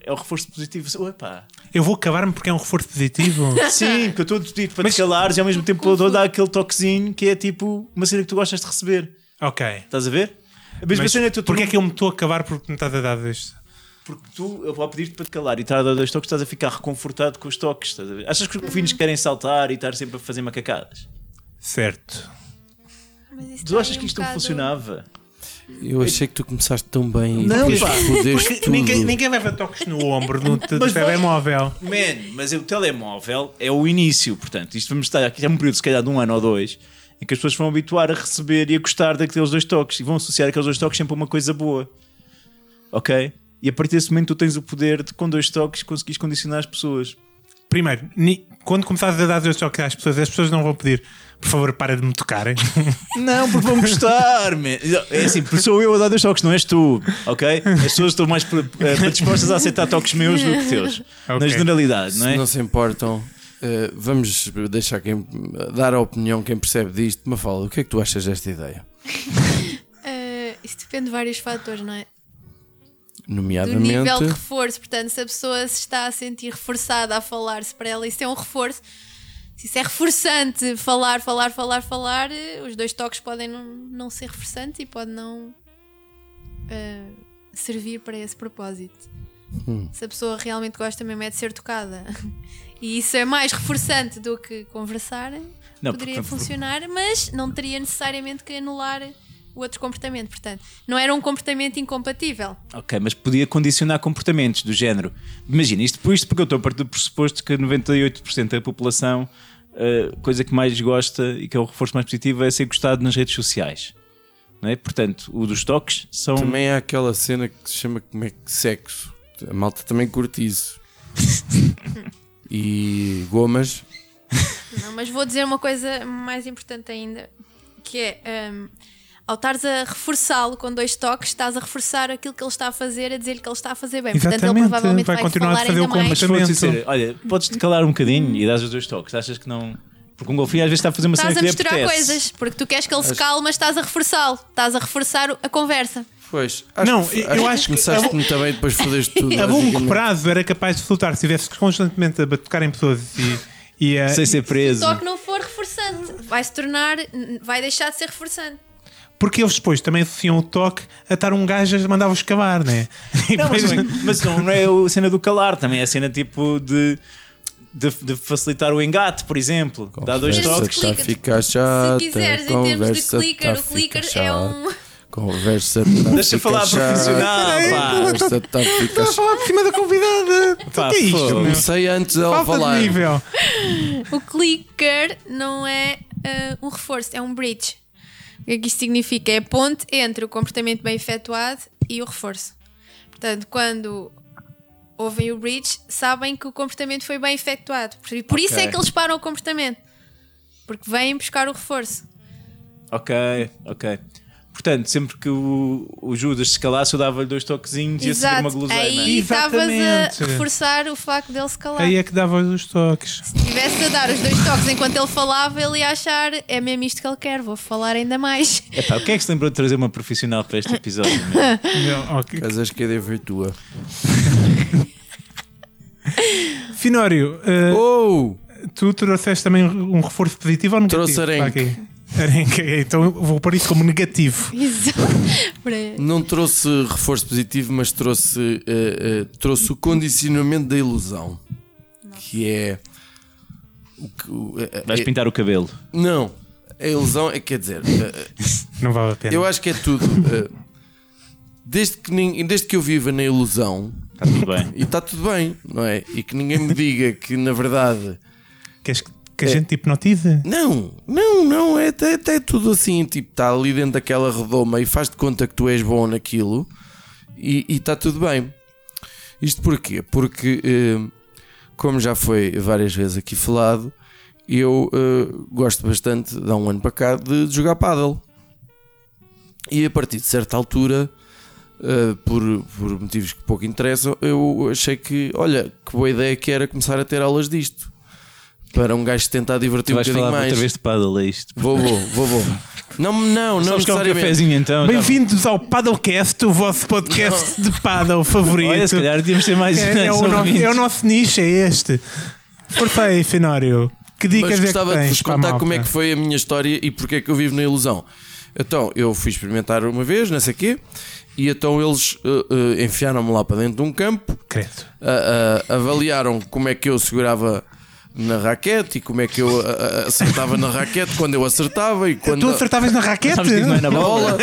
S3: é o reforço positivo. Ué, pá.
S1: Eu vou acabar-me porque é um reforço positivo.
S3: Sim, que eu estou a pedir para te calares e ao mesmo tempo estou a dar aquele toquezinho que é tipo uma cena que tu gostas de receber.
S1: Ok.
S3: Estás a ver? A mesma
S1: Mas
S3: cena é tu, tu
S1: porquê
S3: não-
S1: é que eu me estou a acabar porque me estás a dar isto?
S3: porque tu eu vou a pedir-te para te calar e estar a dar dois toques, estás a ficar reconfortado com os toques. Estás a ver? Achas
S5: Uhum.
S3: que os filhos querem saltar e estar sempre a fazer macacadas?
S1: Certo.
S5: Mas isso
S3: Tu
S5: tá
S3: achas
S5: aí
S3: que
S5: um
S3: isto não
S5: bocado-
S3: funcionava?
S2: Eu achei que tu começaste tão bem e
S3: Não,
S2: depois
S3: pá.
S2: fodeste tudo.
S1: Ninguém, ninguém leva toques no ombro no t-
S3: Mas vai-
S1: telemóvel.
S3: Man, mas o telemóvel é o início, portanto, isto vamos estar aqui, é um período se calhar de um ano ou dois, em que as pessoas vão habituar a receber e a gostar daqueles dois toques e vão associar aqueles dois toques sempre a uma coisa boa, ok? E a partir desse momento tu tens o poder de, com dois toques, conseguires condicionar as pessoas.
S1: Primeiro, ni- quando começares a dar dois toques às pessoas, as pessoas não vão pedir, por favor, para de me tocarem.
S3: Não, porque vão gostar, man. É assim, porque sou eu a dar dois toques, não és tu, ok? As pessoas estão mais pre- eh, dispostas a aceitar toques meus do que teus, na
S1: Ok.
S3: generalidade, não é?
S2: Se não se importam, eh, vamos deixar quem dar a opinião quem percebe disto. Mafalda, o que é que tu achas desta ideia?
S5: Ah, isso depende de vários fatores, não é? Do nível de
S2: Nomeadamente,
S5: reforço. Portanto, se a pessoa se está a sentir reforçada a falar-se para ela, isso é um reforço. Se isso é reforçante, falar, falar, falar, falar, eh, os dois toques podem não, não ser reforçante e pode não ah, servir para esse propósito. Se a pessoa realmente gosta mesmo é de ser tocada. E isso é mais reforçante do que conversar, eh,
S3: Não,
S5: poderia
S3: porque-
S5: funcionar, mas não teria necessariamente que anular o outro comportamento. Portanto, não era um comportamento incompatível.
S3: Ok, mas podia condicionar comportamentos do género. Imagina, isto, por isto porque eu estou a partir do pressuposto que 98% da população, a coisa que mais gosta e que é o reforço mais positivo é ser gostado nas redes sociais. Não é? Portanto, o dos toques são.
S2: também há aquela cena que se chama como é que sexo. A malta também curte isso. e gomas.
S5: Não, mas vou dizer uma coisa mais importante ainda, que é hum, ao estares a reforçá-lo com dois toques, estás a reforçar aquilo que ele está a fazer, a dizer-lhe que ele está a fazer bem. Portanto, ele
S1: Exatamente,
S5: provavelmente
S1: vai
S5: vai,
S1: continuar a
S5: falar
S1: fazer o
S5: ainda mais.
S1: comportamento.
S3: Vou dizer, olha, podes-te calar um bocadinho e dás os dois toques. Achas que não. Porque um golfinho às vezes está a fazer uma cena
S5: Estás
S3: que
S5: a
S3: lhe
S5: misturar
S3: apetece.
S5: coisas, porque tu queres que ele se calme, mas estás a reforçá-lo, estás a reforçar o- a conversa.
S2: Pois, acho
S1: Não,
S2: que,
S1: eu acho que-
S2: começaste muito bem e depois fodeste tudo.
S1: A longo
S2: basicamente.
S1: um prazo era capaz de soltar se estivesse constantemente a batucar em pessoas e, e a-
S3: Sem ser preso.
S5: Só que não for reforçante, vai se tornar, n- vai deixar de ser reforçante.
S1: Porque eles depois também associam o toque a estar um gajo a mandar-vos cavar, né? E
S3: Não, mas,
S1: depois-
S3: mas não, não é a cena do calar, também é a cena tipo de. De, de facilitar o engate, por exemplo, dá dois
S5: Conversa.
S3: toques.
S2: Está a
S5: Clicker.
S2: ficar chata.
S5: se quiseres, em termos de
S2: conversa
S5: clicker,
S2: tá
S5: o
S2: a
S5: clicker
S2: ficar
S5: é
S2: chata,
S5: um.
S2: Conversa tá a
S3: Deixa
S2: ficar
S3: falar a
S2: chata,
S3: profissional, pá.
S2: Conversa tá a
S1: Estava
S2: ficar
S1: a falar por cima da convidada.
S3: Pá,
S1: o que é isto?
S3: fogo.
S1: meu?
S2: Comecei antes dela
S1: Falta
S2: falar.
S1: de nível.
S5: O clicker não é ah, um reforço, é um bridge. O que é que isto significa? É a ponte entre o comportamento bem efetuado e o reforço. Portanto, quando ouvem o bridge, sabem que o comportamento foi bem efetuado. Por, por isso é
S3: Ok.
S5: que eles param o comportamento. Porque vêm buscar o reforço.
S3: Ok, ok. Portanto, sempre que o, o Judas se calasse, eu dava-lhe dois toquezinhos e ia subir uma guloseima.
S5: Aí estavas
S1: Exatamente.
S5: a reforçar o facto dele se calar.
S1: Aí é que dava os toques.
S5: Se estivesse a dar os dois toques enquanto ele falava, ele ia achar é mesmo isto que ele quer, vou falar ainda mais.
S3: Epá, o que é que se lembrou de trazer uma profissional para este episódio? meu?
S1: Não, ok.
S2: Casas que é dever tua.
S1: Finório, eh,
S2: Oh!
S1: tu trouxeste também um reforço positivo ou negativo?
S2: Trouxe arenque.
S1: Para aqui? Arenque, então vou pôr isso como negativo.
S5: Isso. Para-
S2: Não trouxe reforço positivo, mas trouxe, eh, eh, trouxe o condicionamento da ilusão. Que é. O que, o- eh, eh,
S3: Vais pintar o cabelo.
S2: Não, a ilusão é quer dizer. eh, eh,
S1: Não vale a pena.
S2: Eu acho que é tudo. eh, Desde que, nin- desde que eu viva na ilusão,
S3: Está tudo bem.
S2: e está tudo bem, não é? E que ninguém me diga que na verdade.
S1: Queres que, que a
S2: É.
S1: gente te hipnotize?
S2: Não, não, não, é até, até tudo assim, tipo, está ali dentro daquela redoma e faz de conta que tu és bom naquilo e está tudo bem. Isto porquê? Porque, eh, como já foi várias vezes aqui falado, eu eh, gosto bastante, de há um ano para cá, de, de jogar paddle. E a partir de certa altura, eh, por, por motivos que pouco interessam, eu achei que, olha, que boa ideia que era começar a ter aulas disto. Para um gajo tentar divertir
S3: Tu
S2: um
S3: vais
S2: bocadinho
S3: falar
S2: mais.
S3: outra vez de paddle, é isto?
S2: Vou, vou, vou, vou. Não, não, não
S3: Sabes que é um
S2: necessariamente.
S3: cafezinho então?
S1: Bem-vindos ao Paddlecast, o vosso podcast de paddle favorito.
S3: Olha, se calhar devíamos ter mais um,
S1: é, é o nosso,
S3: ouvintes.
S1: é o nosso nicho, é este. Força aí, Finório. Que
S2: Mas
S1: dicas é que
S2: gostava de
S1: tens
S2: vos
S1: para a
S2: contar
S1: malta?
S2: como é que foi a minha história e porque é que eu vivo na ilusão. Então, eu fui experimentar uma vez, não sei quê, e então eles eh, eh, enfiaram-me lá para dentro de um campo,
S1: Credo.
S2: ah, ah, avaliaram como é que eu segurava na raquete e como é que eu ah, ah, acertava na raquete quando eu acertava e quando
S1: Tu acertavas na raquete?
S3: Sabes que isso não é na
S2: bola.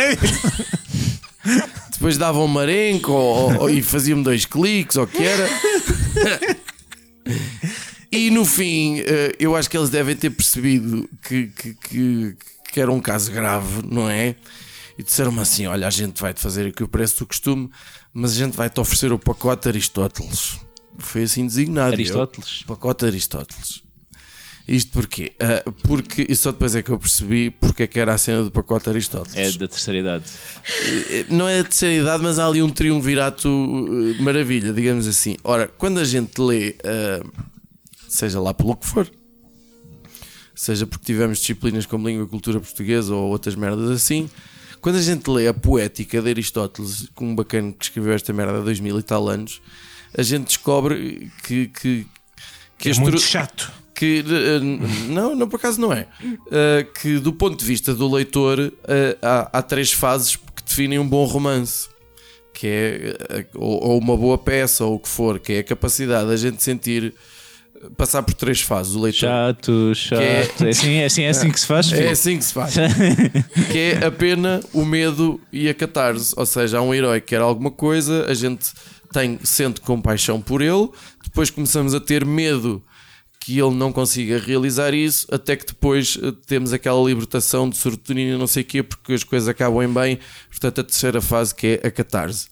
S2: depois davam um marenco ou- ou- e faziam me dois cliques ou o que era. E no fim, eh, eu acho que eles devem ter percebido que, que, que- que era um caso grave, não é? E disseram-me assim: Olha, a gente vai-te fazer aqui o preço do costume, mas a gente vai-te oferecer o pacote Aristóteles. Foi assim designado.
S3: Aristóteles?
S2: Eu, pacote Aristóteles. Isto porquê? Ah, porque, e só depois é que eu percebi porque é que era a cena do pacote Aristóteles
S3: É da terceira idade.
S2: não é a terceira idade, mas há ali um triunvirato eh, maravilha, digamos assim. Ora, quando a gente lê, eh, seja lá pelo que for, seja porque tivemos disciplinas como língua e cultura portuguesa ou outras merdas assim, quando a gente lê a poética de Aristóteles, com um bacana que escreveu esta merda há dois mil e tal anos, a gente descobre que. que que
S1: É
S2: as
S1: muito
S2: tru-
S1: chato.
S2: que eh, n- não, não por acaso não é. Eh, que do ponto de vista do leitor eh, há, há três fases que definem um bom romance. Que é eh, ou, ou uma boa peça ou o que for, que é a capacidade da gente sentir eh, passar por três fases o leitor.
S3: Chato, chato.
S2: Que
S3: É assim, é assim, é assim que se faz?
S2: É
S3: filho?
S2: assim que se faz. que é a pena, o medo e a catarse. Ou seja, há um herói que quer alguma coisa, a gente tem, sente compaixão por ele, depois começamos a ter medo que ele não consiga realizar isso, até que depois eh, temos aquela libertação de serotonina e não sei o quê, porque as coisas acabam em bem. Portanto, a terceira fase que é a catarse.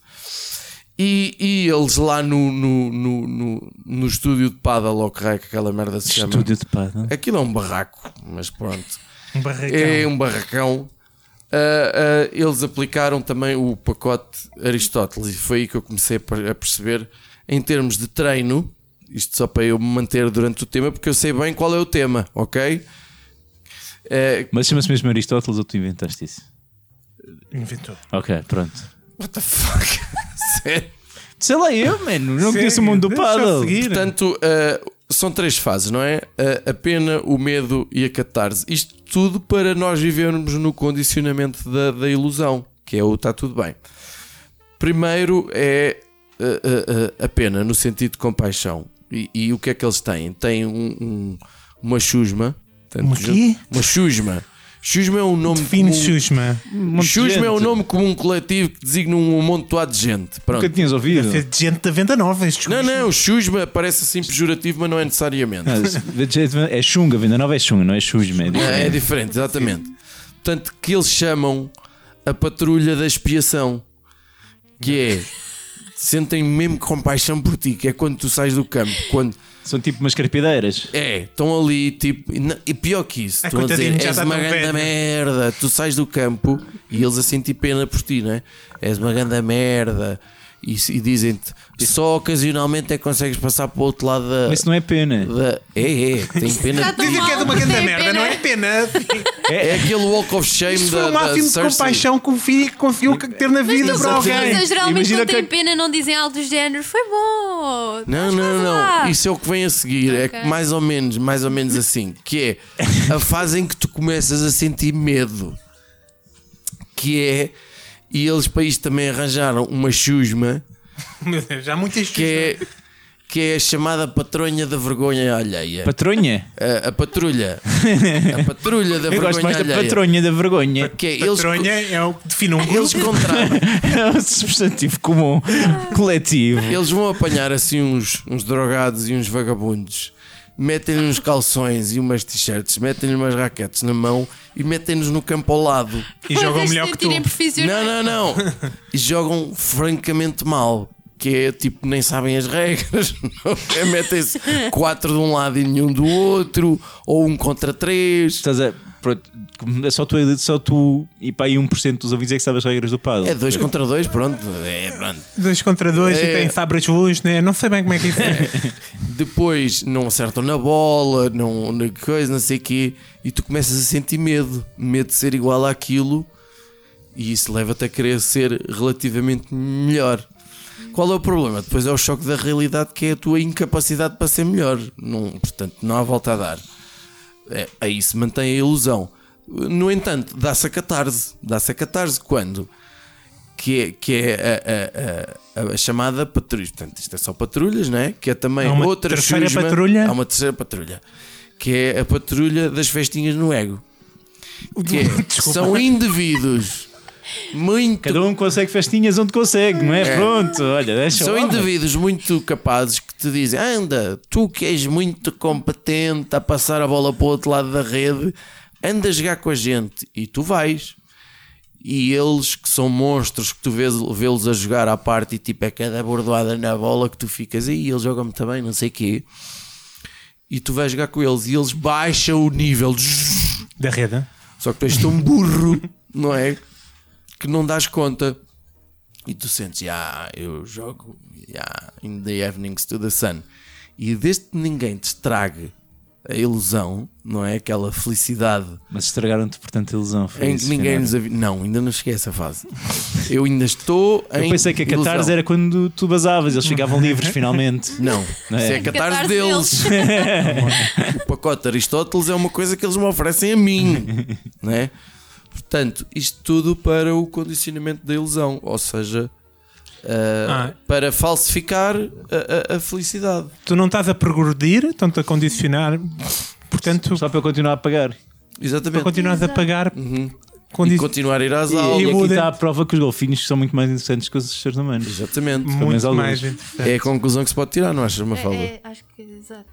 S2: E, e eles lá no, no, no, no, no estúdio de paddle, ou que raio que aquela merda se chama.
S3: Estúdio de paddle.
S2: Aquilo é um barraco, mas pronto.
S1: Um barracão.
S2: É um barracão. Ah, ah, eles aplicaram também o pacote Aristóteles e foi aí que eu comecei a per- a perceber, em termos de treino, isto só para eu me manter durante o tema, porque eu sei bem qual é o tema, ok? Eh,
S3: Mas chama-se mesmo Aristóteles ou tu inventaste isso?
S1: Inventou.
S3: Ok, pronto.
S2: what the fuck? Sério?
S3: Sei lá eu, mano. Não conheço o
S1: Segue,
S3: mundo do
S1: deixa eu
S3: paddle.
S1: seguir.
S2: Portanto, ah, são três fases, não é? Ah, a pena, o medo e a catarse. Isto tudo para nós vivermos no condicionamento da, da ilusão, que é o está tudo bem. Primeiro é ah, ah, ah, a pena, no sentido de compaixão. E, e o que é que eles têm? Têm um- um- uma chusma. Portanto,
S1: Uma quê?
S2: Uma chusma. Chusma é um nome
S1: Fino
S2: comum-
S1: Xuxma.
S3: monte de
S2: Chusma é um
S3: gente.
S2: nome comum coletivo que designa um amontoado de gente. Pronto.
S3: Nunca tinhas ouvido?
S1: É de gente da venda nova. estes
S2: Não,
S1: Xuxma.
S2: não, chusma parece assim pejorativo, mas não é necessariamente.
S3: Não, é Xunga, venda nova é Xunga, não é Xusma. É
S2: É, é
S3: diferente.
S2: diferente, exatamente. Portanto, que eles chamam a patrulha da expiação, que é sentem mesmo compaixão por ti, que é quando tu sais do campo. Quando
S3: São tipo umas carpideiras.
S2: é, estão ali, tipo, e na- e pior que isso,
S1: Ai,
S2: estão a dizer,
S1: coitadinho, já
S2: és
S1: está
S2: uma
S1: tão
S2: grande
S1: velho."
S2: merda, tu sais do campo e eles a sentir pena por ti, né? És uma grande merda. E, se- e dizem-te, só ocasionalmente é que consegues passar para o outro lado da.
S3: Mas isso não é pena.
S2: da- é, é, tem pena de ti.
S1: Dizer que é de uma
S5: Não
S1: grande
S5: tem
S1: merda,
S5: pena.
S1: não é pena.
S2: É aquele walk of shame
S1: Isso
S2: da,
S1: foi o
S2: da
S1: máximo de
S2: Cersei.
S1: compaixão que um filho conseguiu ter na
S5: Mas
S1: vida
S5: tu
S1: para alguém.
S5: Mas geralmente
S3: Imagina
S5: não têm
S1: é-
S3: que-
S5: pena, não dizem algo do género. Foi bom.
S2: é- Não,
S5: estás
S2: não,
S5: quase
S2: não.
S5: lá."
S2: Isso é o que vem a seguir. É
S5: Ok.
S2: que mais ou menos, mais ou menos assim. Que é a fase em que tu começas a sentir medo. Que é. E eles para isto também arranjaram uma chusma
S1: Meu Deus, já há muitas
S2: que é, que é a chamada patronha da vergonha alheia.
S3: Patronha?
S2: A, a patrulha. A patrulha da
S3: Eu
S2: É vergonha
S3: gosto mais da
S2: alheia.
S3: patronha da vergonha.
S2: Que é, eles,
S1: Patronha é o que define um grupo.
S2: eles contratam.
S3: É um substantivo comum, coletivo.
S2: Eles vão apanhar assim uns, uns drogados e uns vagabundos, metem-lhe uns calções e umas t-shirts, metem-lhe umas raquetes na mão e metem-nos no campo ao lado.
S1: e jogam
S5: Coisas
S1: melhor
S5: de
S1: que tu.
S5: sentirem
S2: Não,
S5: profissionais.
S2: não, não! E jogam francamente mal. Que é tipo, nem sabem as regras, não é? metem-se quatro de um lado e nenhum do outro, ou um contra três.
S3: Estás a. pronto, como é só tu, é só tu e pá, aí 1% dos ouvintes é que sabem as regras do paddle.
S2: É dois contra dois, pronto. É, pronto.
S1: Dois contra dois
S2: É.
S1: e tem sabres luz, né? Não sei bem como é que isso é.
S2: Depois não acertam na bola, não, na coisa, não sei o quê, e tu começas a sentir medo, medo de ser igual àquilo, e isso leva-te a querer ser relativamente melhor. Qual é o problema? Depois é o choque da realidade que é a tua incapacidade para ser melhor. Não, portanto, não há volta a dar. É, aí se mantém a ilusão. No entanto, dá-se a catarse. Dá-se a catarse quando? Que é, que é a, a- a- a chamada patrulha. Portanto, isto é só patrulhas, não é? Que é também
S1: Há uma
S2: outra
S1: terceira
S2: chusma-
S1: patrulha?
S2: Há uma terceira patrulha. Que é a patrulha das festinhas no ego. Que é, são indivíduos muito
S3: Cada um consegue festinhas onde consegue, não é? Pronto, olha, deixa
S2: São
S3: lá.
S2: indivíduos muito capazes que te dizem: anda, tu que és muito competente a passar a bola para o outro lado da rede, anda a jogar com a gente. E tu vais. E eles que são monstros que tu vês- vê-los a jogar à parte e tipo é cada bordoada na bola que tu ficas aí, eles jogam muito bem, não sei o quê. E tu vais jogar com eles e eles baixam o nível.
S1: Da rede.
S2: Só que tu és tão um burro, não é? Que não dás conta. E tu sentes, já, eu jogo, já, in the evenings to the sun. E desde que ninguém te estrague a ilusão, não é? Aquela felicidade
S3: Mas estragaram-te, portanto, a ilusão. Foi
S2: em
S3: É isso,
S2: que ninguém
S3: Fernando.
S2: nos avisa. Não, ainda não cheguei a essa fase. Eu ainda estou em.
S3: Eu pensei que a
S2: ilusão. Uhum.
S3: catarse era quando tu basavas, eles ficavam livres finalmente.
S2: Não,
S3: Não é?
S2: isso é a catarse,
S5: Catarse
S2: deles. o pacote Aristóteles é uma coisa que eles me oferecem a mim, né? Portanto, isto tudo para o condicionamento da ilusão, ou seja, ah,
S1: Ah.
S2: para falsificar a, a- a felicidade.
S1: Tu não estás a progredir, estão-te a condicionar. Portanto,
S3: Só para eu continuar a pagar.
S1: para
S2: Exatamente. Uhum.
S1: continuas a pagar.
S2: E
S1: Condi...
S2: continuar a ir às
S3: E,
S2: aulas.
S3: e aqui
S1: muda.
S3: está a prova que os golfinhos são muito mais interessantes que os seres humanos.
S2: Exatamente.
S3: Pelo menos
S1: Muito
S3: alguns.
S1: mais interessante.
S2: É a conclusão que se pode tirar, não achas, uma fala?
S5: É, é, acho que, exato.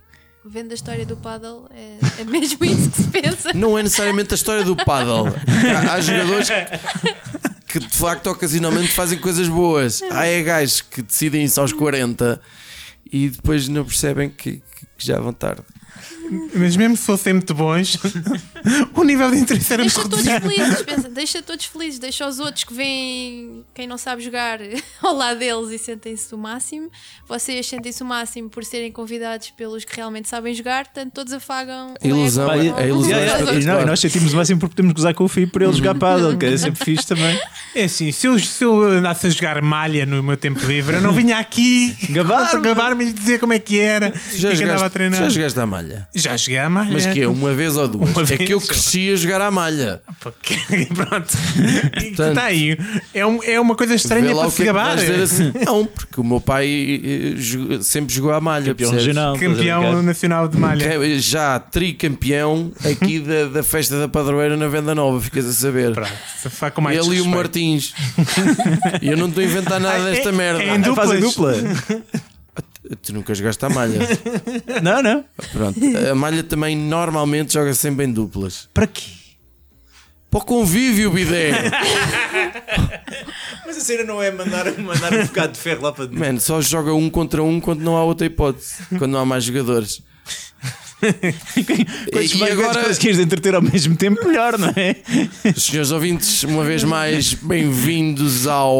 S5: Vendo a história do paddle, é, é mesmo isso que se pensa.
S2: Não é necessariamente a história do paddle. Há, há jogadores que, que, de facto ocasionalmente fazem coisas boas. Há é gajos que decidem isso aos 40 e depois não percebem que, que- que já vão tarde.
S1: Mas mesmo se fossem muito bons, o nível de interesse era muito
S5: Deixa todos
S1: reduzido.
S5: felizes, pensa, deixa todos felizes, deixa os outros que vêm, quem não sabe jogar, ao lado deles e sentem-se o máximo. Vocês sentem-se o máximo por serem convidados pelos que realmente sabem jogar, portanto todos afagam. o
S2: Ilusão,
S5: ego.
S2: Pá, e- a ilusão é
S3: E- e- e-
S2: espetacular.
S3: não, e nós sentimos o máximo porque podemos gozar com o filho para ele jogar paddle, que é sempre fixe também.
S1: É assim, se eu, se eu andasse a jogar malha no meu tempo livre, eu não vinha aqui
S3: Gabar-me.
S1: gabar-me e dizer como é que era
S2: Já
S1: e que andava a
S2: jogaste,
S1: treinar.
S2: já jogaste à malha.
S1: Já joguei a malha.
S2: Mas que é uma vez ou duas.
S1: Uma
S2: é
S1: vez,
S2: que eu
S1: sei lá.
S2: cresci a jogar à malha.
S1: Porque- Pronto. Está aí. É, um- é uma coisa estranha
S2: Vê lá
S1: para
S2: o que
S1: se
S2: é que
S1: gabar.
S2: vais dizer assim. Não, porque o meu pai eh, jogou- sempre jogou à malha.
S3: Campeão
S2: percebes?
S3: regional. estás a
S1: Campeão
S3: brincar.
S1: nacional de malha.
S2: Que é Já tricampeão aqui da, da festa da padroeira na Venda Nova, ficas a saber.
S1: Pronto, faz com mais
S2: Ele e o
S1: respeito.
S2: Martins. E eu não estou a inventar nada
S1: Ai,
S2: desta
S1: é-
S2: merda. É
S1: é em du-
S3: Fazem dupla.
S1: Duplas.
S2: Tu nunca jogaste à malha.
S3: Não, não.
S2: Pronto. A malha também normalmente joga sempre em duplas.
S3: Para quê?
S2: Para o convívio, bidé.
S3: Mas cena não é mandar, mandar um bocado de ferro lá para dentro.
S2: Mano, só joga um contra um quando não há outra hipótese, quando não há mais jogadores.
S3: Quantos
S2: E
S3: mais
S2: agora-
S3: agora... conseguires entreter ao mesmo tempo, melhor, não é?
S2: Senhores ouvintes, uma vez mais, bem-vindos ao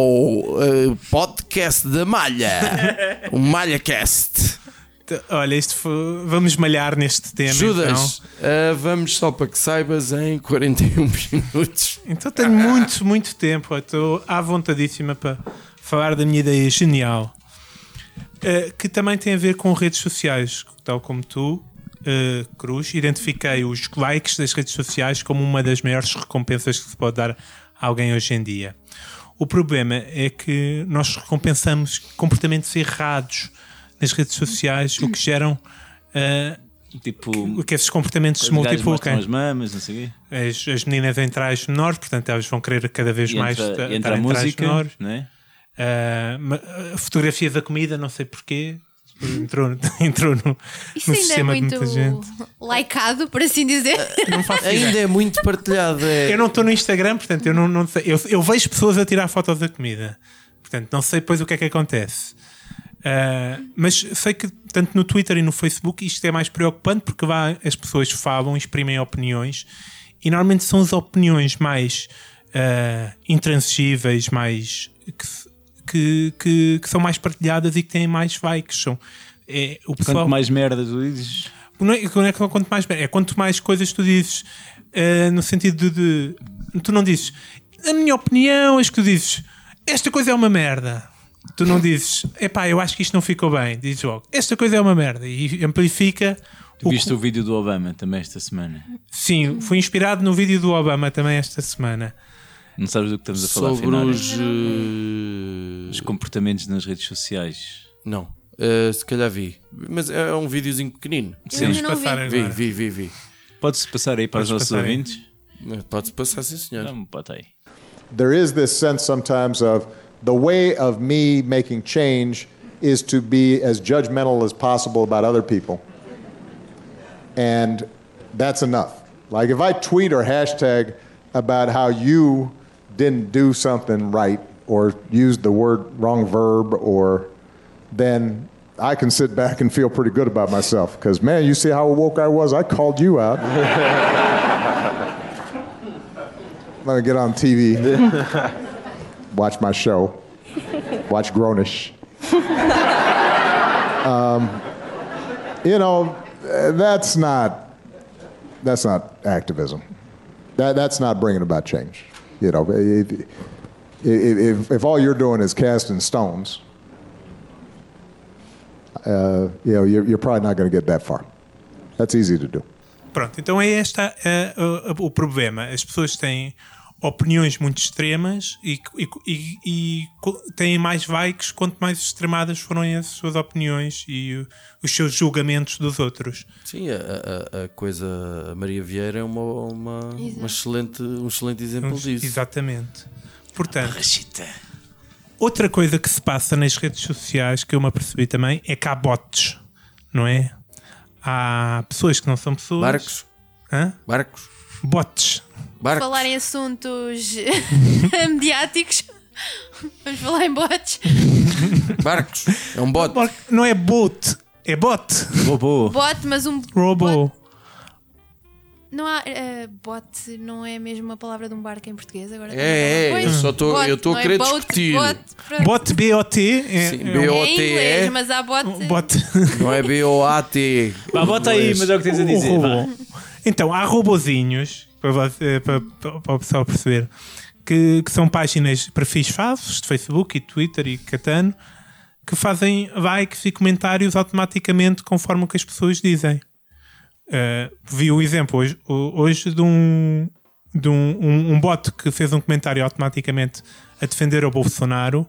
S2: eh, podcast da Malha, o MalhaCast.
S1: T- Olha, isto foi- vamos malhar neste
S2: É
S1: tema.
S2: Judas, eh, vamos só para que saibas em 41 minutos.
S1: Então, então tenho muito, muito tempo. Eu Estou à vontadíssima para falar da minha ideia genial. eh, que também tem a ver com redes sociais, tal como tu, eh, Cruz, identifiquei os likes das redes sociais como uma das maiores recompensas que se pode dar a alguém hoje em dia. O problema é que nós recompensamos comportamentos errados nas redes sociais, o que geram eh,
S3: Tipo,
S1: que esses comportamentos se
S3: os gajos mostram
S1: multiplicam.
S3: as mamas, não sei o quê.
S1: as, as meninas em trás menores, portanto elas vão querer cada vez
S3: E
S1: mais ta-
S3: entra,
S1: estar
S3: entra a
S1: em trajes
S3: música,
S1: menores.
S3: não é?
S1: Ah, ma- a fotografia da comida, não sei porquê. Entrou, entrou no,
S5: Isso
S1: no
S5: ainda é
S1: sistema de
S5: muito
S1: muita gente.
S5: likeado, por assim dizer.
S1: Não faço ideia.
S2: Ainda é muito partilhado. é-
S1: Eu não estou no Instagram, portanto, eu não, não sei. Eu, eu vejo pessoas a tirar fotos da comida. Portanto, não sei depois o que é que acontece. Ah, mas sei que tanto no Twitter e no Facebook isto é mais preocupante porque lá as pessoas falam, exprimem opiniões e normalmente são as opiniões mais ah, intransigíveis, mais que, se- que, que- que são mais partilhadas e que têm mais likes. São, é, o
S3: Quanto
S1: pessoal,
S3: mais merda tu dizes,
S1: não é, não é que- quanto mais é quanto mais coisas tu dizes eh, no sentido de, de- tu não dizes a minha opinião és que tu dizes esta coisa é uma merda tu não dizes epá eu acho que isto não ficou bem dizes logo esta coisa é uma merda e amplifica
S3: tu
S1: o
S3: viste o vídeo do Obama também esta semana.
S1: sim fui inspirado no vídeo do Obama também esta semana
S3: Não sabes do que estamos a falar
S2: sobre
S3: afinal, é?
S2: os. eh,
S3: Os comportamentos nas redes sociais.
S2: Não, eh, se calhar vi. Mas é um videozinho pequenino.
S5: Eu ainda não vi.
S1: passar
S2: Vi,
S1: agora.
S2: vi, vi, vi.
S3: Pode-se passar aí para os
S1: Podes
S3: nossos
S1: passar aí.
S3: ouvintes?
S2: Mas Pode-se passar, sim, senhor.
S3: Não, bota aí.
S6: there is this sense sometimes of the way of me making change is to be as judgmental as possible about other people. And that's enough. Like if I tweet or hashtag about how you didn't do something right or used the word wrong verb or then I can sit back and feel pretty good about myself because man, you see how woke I was? I called you out. I'm gonna get on TV watch my show, watch Grownish. um, you know, uh, that's not that's not activism. That, that's not bringing about change. You know, if, if, if, if all you're doing is casting stones, uh, you know, you're, you're probably not going to get that far. That's easy to do.
S1: Pronto, então é este o problema. As pessoas têm opiniões muito extremas e, e- e- e co- têm mais likes quanto mais extremadas foram as suas opiniões e o- os seus julgamentos dos outros.
S2: Sim, a, a- a coisa. A Maria Vieira é uma, uma, uma excelente, um excelente exemplo disso.
S1: Exatamente. Portanto,
S3: Ah,
S1: outra coisa que se passa nas redes sociais que eu me apercebi também é que há bots, não é? Há pessoas que não são pessoas.
S2: Barcos,
S1: Hã?
S2: barcos,
S1: Bots.
S2: barcos.
S5: falar em assuntos mediáticos. Vamos falar em bots.
S2: Barcos. É um bot.
S1: Bot- Não é bot, é bot.
S3: Bobo,
S5: Bot, mas um.
S1: Robo.
S5: Bot, não há. eh, bot não é mesmo a palavra de um barco em português agora? que
S2: É,
S5: eu
S2: é,
S5: tava-
S2: eu
S5: Pois,
S2: só tô-
S5: bot,
S2: eu tô a
S5: não é
S2: querer
S5: boat,
S2: discutir.
S5: Bot, pronto.
S1: Bot B-O-T é,
S2: Sim,
S1: é
S2: B
S1: um-
S2: O
S5: é em inglês,
S2: T
S5: mas há bot.
S1: um bot.
S2: não é B-O-A-T.
S3: Vá, bota aí, mas é o que tens a dizer.
S1: Um
S3: vá.
S1: robô. Então, há robozinhos para, você- para- para- para o pessoal perceber que, que são páginas, perfis falsos de Facebook e Twitter e Catano que fazem likes e comentários automaticamente conforme o que as pessoas dizem. Uh, vi o exemplo hoje, ho- hoje de, um, de um, um, um bot que fez um comentário automaticamente a defender o Bolsonaro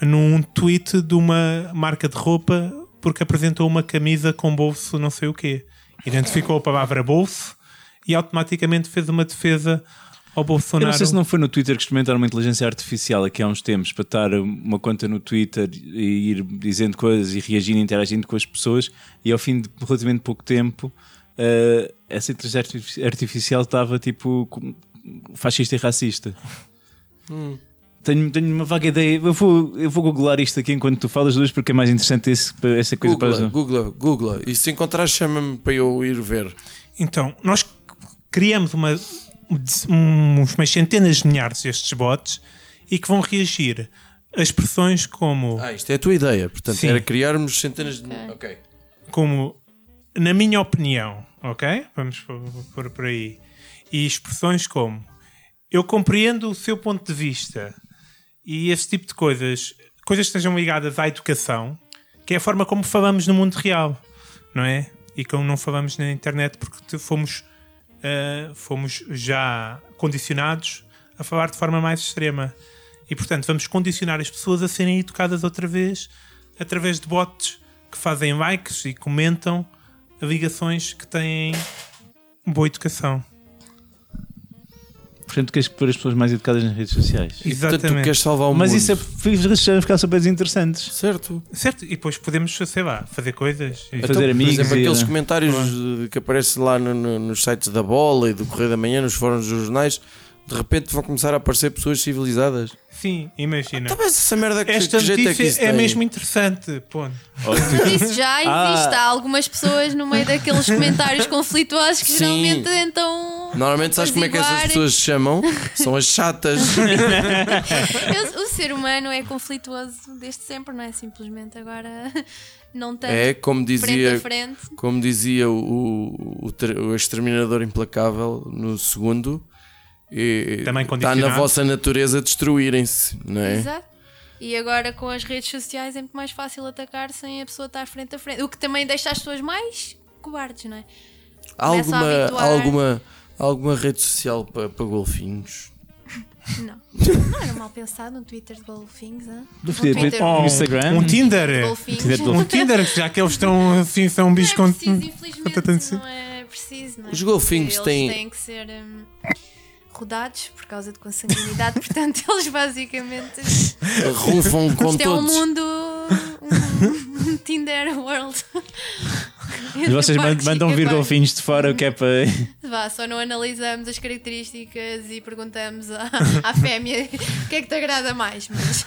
S1: num tweet de uma marca de roupa porque apresentou uma camisa com bolso não sei o quê. Identificou a palavra bolso e automaticamente fez uma defesa ao
S3: Eu
S1: Bolsonaro.
S3: não sei se não foi no Twitter que experimentaram uma inteligência artificial aqui há uns tempos para estar uma conta no Twitter e ir dizendo coisas e reagindo, interagindo com as pessoas e ao fim de relativamente pouco tempo eh, essa inteligência
S2: Hum.
S3: artifici- artificial estava tipo com- fascista e racista. Tenho, tenho uma vaga ideia. Eu vou, eu vou googlar isto aqui enquanto tu falas duas, porque é mais interessante esse, essa coisa para
S2: Google, Google, Google. E se encontrar, chama-me para eu ir ver.
S1: Então, nós criamos uma, uns- umas centenas de milhares destes bots e que vão reagir a expressões como,
S2: Ah, isto é a tua ideia. Portanto,
S1: Sim.
S2: era criarmos centenas de. Ok.
S1: como na minha opinião, ok? Vamos por, por- por aí. E expressões como eu compreendo o seu ponto de vista e esse tipo de coisas, coisas que estejam ligadas à educação, que é a forma como falamos no mundo real, não é? E como não falamos na internet porque te- fomos Uh, fomos já condicionados a falar de forma mais extrema. E, portanto, vamos condicionar as pessoas a serem educadas outra vez através de bots que fazem likes e comentam ligações que têm boa educação.
S3: Portanto, queres pôr as pessoas mais educadas nas redes sociais.
S2: Portanto, tu
S1: Exatamente.
S2: queres salvar o
S3: Mas
S2: mundo.
S3: isso é para ficar super desinteressantes.
S2: Certo. Então,
S1: Certo? E depois podemos, sei lá, fazer coisas. E-
S3: Fazer
S2: Por
S3: amigos.
S2: exemplo,
S3: e-
S2: aqueles comentários eh, que aparecem lá no- no- nos sites da bola e do Correio da Manhã, nos fóruns dos jornais, de repente vão começar a aparecer pessoas civilizadas.
S1: Sim, imagina.
S2: Talvez Tá, essa merda que,
S1: Esta
S2: Então, que jeito é que isso
S1: notícia é
S2: tem?
S1: mesmo interessante. Pô.
S5: Isso já
S2: Ah.
S5: existe. Há algumas pessoas no meio daqueles comentários conflituosos que
S2: Sim.
S5: geralmente então.
S2: Normalmente, sabes como é que essas
S5: apaziguarem.
S2: pessoas se chamam? São as chatas.
S5: Eu- o ser humano é conflituoso desde sempre, não é? Simplesmente agora não tem
S2: É, como
S5: frente
S2: dizia,
S5: a frente.
S2: como dizia o, o, o ter- o exterminador implacável no segundo, e-
S1: Também
S2: está na
S1: condicionado.
S2: vossa natureza destruírem-se, não é?
S5: Exato. E agora com as redes sociais é muito mais fácil atacar sem a pessoa estar frente a frente. O que também deixa as pessoas mais cobardes, não é?
S2: Há
S5: Começa a
S2: alguma,
S5: habituar.
S2: há alguma, há alguma rede social para, para golfinhos?
S5: Não. Não era mal pensado um Twitter de golfinhos, hã?
S3: Do
S5: Um
S3: Twitter.
S5: Twitter
S1: Oh,
S5: de
S3: Um Instagram?
S1: Um Tinder.
S5: É. golfinhos.
S3: Twitter de
S5: Não
S1: Um Tinder, já que eles estão assim, são um bicho
S5: é preciso,
S1: com-
S5: infelizmente. Não é preciso, não é?
S2: Os golfinhos
S5: Porque
S2: têm-
S5: Eles têm que ser hum, rodados por causa de consanguinidade, portanto eles basicamente...
S2: Rufam com
S5: Isto é um
S2: todos.
S5: mundo... Um, um Tinder world.
S3: Mas vocês
S5: Epá,
S3: man-
S5: que
S3: mandam vir
S5: epá.
S3: golfinhos de fora, o que é para.
S5: Vá, só não analisamos as características e perguntamos à, à fêmea o que é que te agrada mais. Mas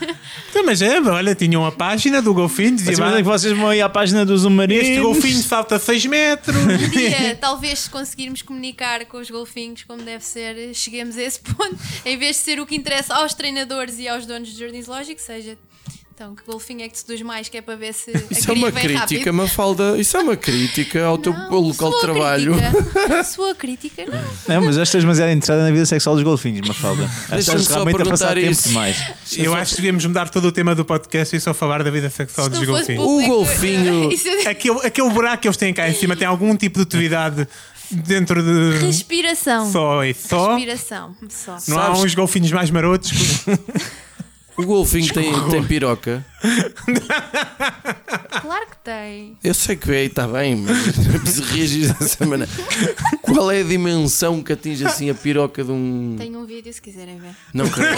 S1: Então, mas é, olha, tinham a página do golfinho, dizia,
S3: Mas é que vocês vão aí à página do Zumarino.
S1: Este golfinho salta 6 metros.
S5: um dia, talvez, se conseguirmos comunicar com os golfinhos como deve ser, cheguemos a esse ponto, em vez de ser o que interessa aos treinadores e aos donos de jardins lógicos, seja. Então, que golfinho é que seduz mais? Que é para ver se. a
S2: Isso é
S5: cria
S2: uma
S5: vem
S2: crítica,
S5: rápido.
S2: Mafalda. Isso é uma crítica ao teu
S5: Não,
S2: local de
S5: sua
S2: trabalho.
S5: Crítica. Sua crítica, não.
S3: Não, mas estas mas era interessada na vida sexual dos golfinhos, Mafalda.
S2: Deixa-me
S3: Estás
S2: só
S3: realmente a
S2: perguntar
S3: passar tempo
S2: isso.
S3: demais.
S1: Eu acho que devíamos mudar todo o tema do podcast e só falar da vida sexual dos
S5: Se não fosse
S1: golfinhos.
S5: público,
S2: O golfinho-
S5: isso é-
S1: Aquele, aquele buraco que eles têm cá em cima tem algum tipo de atividade dentro de.
S5: Respiração.
S1: Só e só.
S5: Respiração. Só.
S1: Não há
S2: Sabes-
S1: uns golfinhos mais marotos.
S2: O golfinho tem, tem piroca.
S5: Claro que tem.
S2: Eu sei que é, está bem, mas não é preciso reagir dessa maneira. Qual é a dimensão que atinge assim a piroca de um.
S5: Tenho um vídeo se quiserem ver.
S2: Não creio.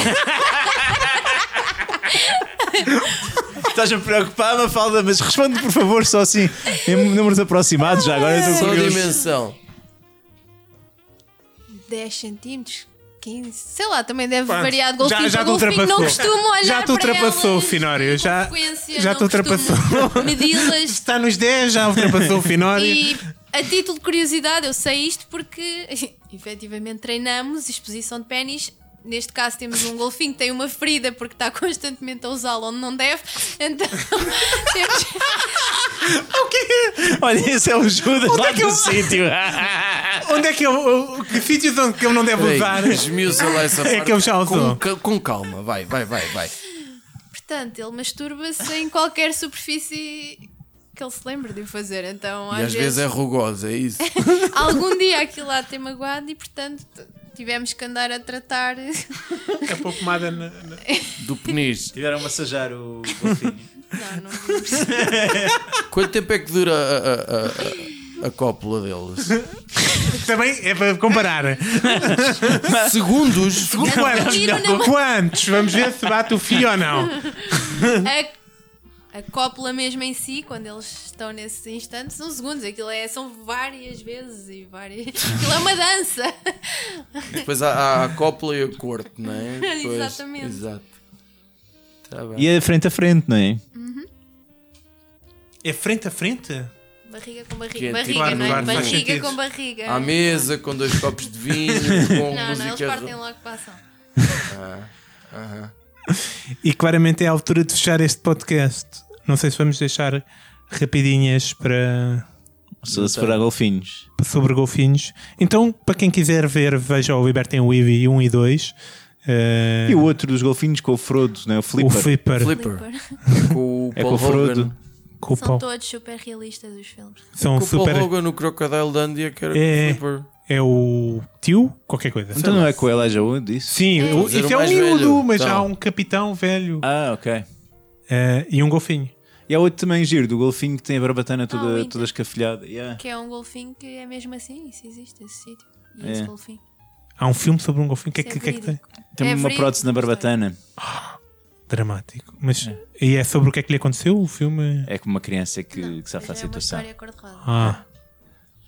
S3: Estás a preocupar, Mafalda, mas responde por favor só assim, em números aproximados. Já agora eu estou
S2: Só a
S3: curioso.
S2: dimensão.
S5: 10 centímetros, 15, sei lá, também deve
S1: Pá,
S5: variar de golfinho
S1: já- já
S5: para
S1: te
S5: golfinho. Não
S1: ultrapassou.
S5: costumo olhar
S1: Já te
S5: para
S1: ultrapassou,
S5: elas
S1: Finório,
S5: com
S1: já-
S5: frequência,
S1: já
S5: não
S1: te ultrapassou.
S5: costumo Medi-las
S1: Está nos 10, já ultrapassou o Finório.
S5: e a título de curiosidade eu sei isto porque efetivamente treinamos exposição de pênis. Neste caso temos um golfinho que tem uma ferida porque está constantemente a usá-lo onde não deve. Então temos...
S1: Ah,
S3: Olha, esse é o Judas lá do sítio.
S1: Onde é que eu. Que sítios onde que eu não devo usar?
S2: Peraí, Esmiuça lá essa parte.
S1: É que eu já
S2: com,
S1: usou.
S2: ca- com calma, vai, vai, vai, vai.
S5: Portanto, ele masturba-se em qualquer superfície que ele se lembre de o fazer. Então,
S2: E às vezes é rugosa, é isso.
S5: algum dia aquilo há de ter magoado e portanto t- tivemos que andar a tratar não,
S1: A pomada É na- na-
S2: Do penis.
S3: Tiveram a massajar o golfinho.
S5: não vamos.
S2: Quanto tempo é que dura a, a, a, a cópula deles?
S1: Também é para comparar.
S2: Segundos?
S1: Quantos?
S5: tiro na-
S1: Quantos? Vamos ver se bate o fio ou não.
S5: a, a cópula mesmo em si quando eles estão nesse instante são segundos aquilo é, são várias vezes e várias aquilo é uma dança
S2: Depois há, há a cópula e o corte, não é? Depois-
S5: Exatamente.
S2: Exato. Tá bem.
S3: E é frente a frente, não é?
S1: É frente a frente?
S5: Barriga com barriga.
S2: Que é
S5: barriga,
S2: tipo-
S1: Claro,
S5: não é?
S1: claro, faz
S5: barriga
S1: sentido.
S5: com barriga.
S2: À mesa, com dois copos de vinho, com
S5: É. Não, não, eles
S2: música.
S5: partem logo passam.
S1: E claramente é a altura de fechar este podcast. Não sei se vamos deixar rapidinhas para
S3: Só se for a golfinhos.
S1: sobre golfinhos. Então, para quem quiser ver, veja o Libertem o Eevee 1 e 2. eh,
S3: E o outro dos golfinhos com o Frodo, não é? O
S1: o
S3: Flipper.
S1: Flipper.
S2: Flipper. Com o
S3: É
S2: Paul
S3: com o Frodo.
S2: Hogan.
S1: com o
S5: São
S1: Paul-
S5: todos super realistas os filmes.
S1: São
S2: Com o Paul
S1: super.
S2: Hogan no Crocodile Dandia, que era
S1: É.
S2: o Flipper.
S1: É o tio? Qualquer coisa.
S3: Então não é com o Elijah Wood isso?
S1: Sim, o-
S2: Mas
S1: isso
S2: era o
S1: é um
S2: mais
S1: miúdo,
S2: velho,
S1: mas
S2: então.
S1: há um capitão velho
S3: Ah, ok.
S1: eh, e um golfinho.
S3: E há outro também giro, do golfinho que tem a barbatana
S5: Ah, o
S3: toda,
S5: Inter.
S3: toda escafolhada. Yeah.
S5: Que é um golfinho que é mesmo assim, isso existe, esse sítio. E
S3: É.
S5: esse golfinho.
S1: Há um filme sobre um golfinho. O que é
S5: Isso
S1: que,
S5: é
S1: que é que tem?
S5: verídico.
S3: Tem
S5: É
S3: uma
S5: verídico,
S3: prótese na barbatana.
S1: Dramático. Mas, E é sobre o que é que lhe aconteceu? O filme.
S3: É como uma criança que, que safa a
S5: Mas é uma
S3: situação.
S5: história cor-de-rosa.
S1: Ah.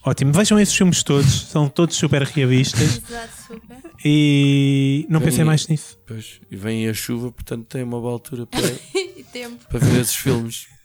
S1: Ótimo. Vejam esses filmes todos. São todos super realistas.
S5: Exato, super.
S1: E não pensei
S2: Bem,
S1: mais nisso.
S2: Pois, e vem a chuva, portanto tem uma boa altura para,
S5: e tempo.
S2: para ver esses filmes.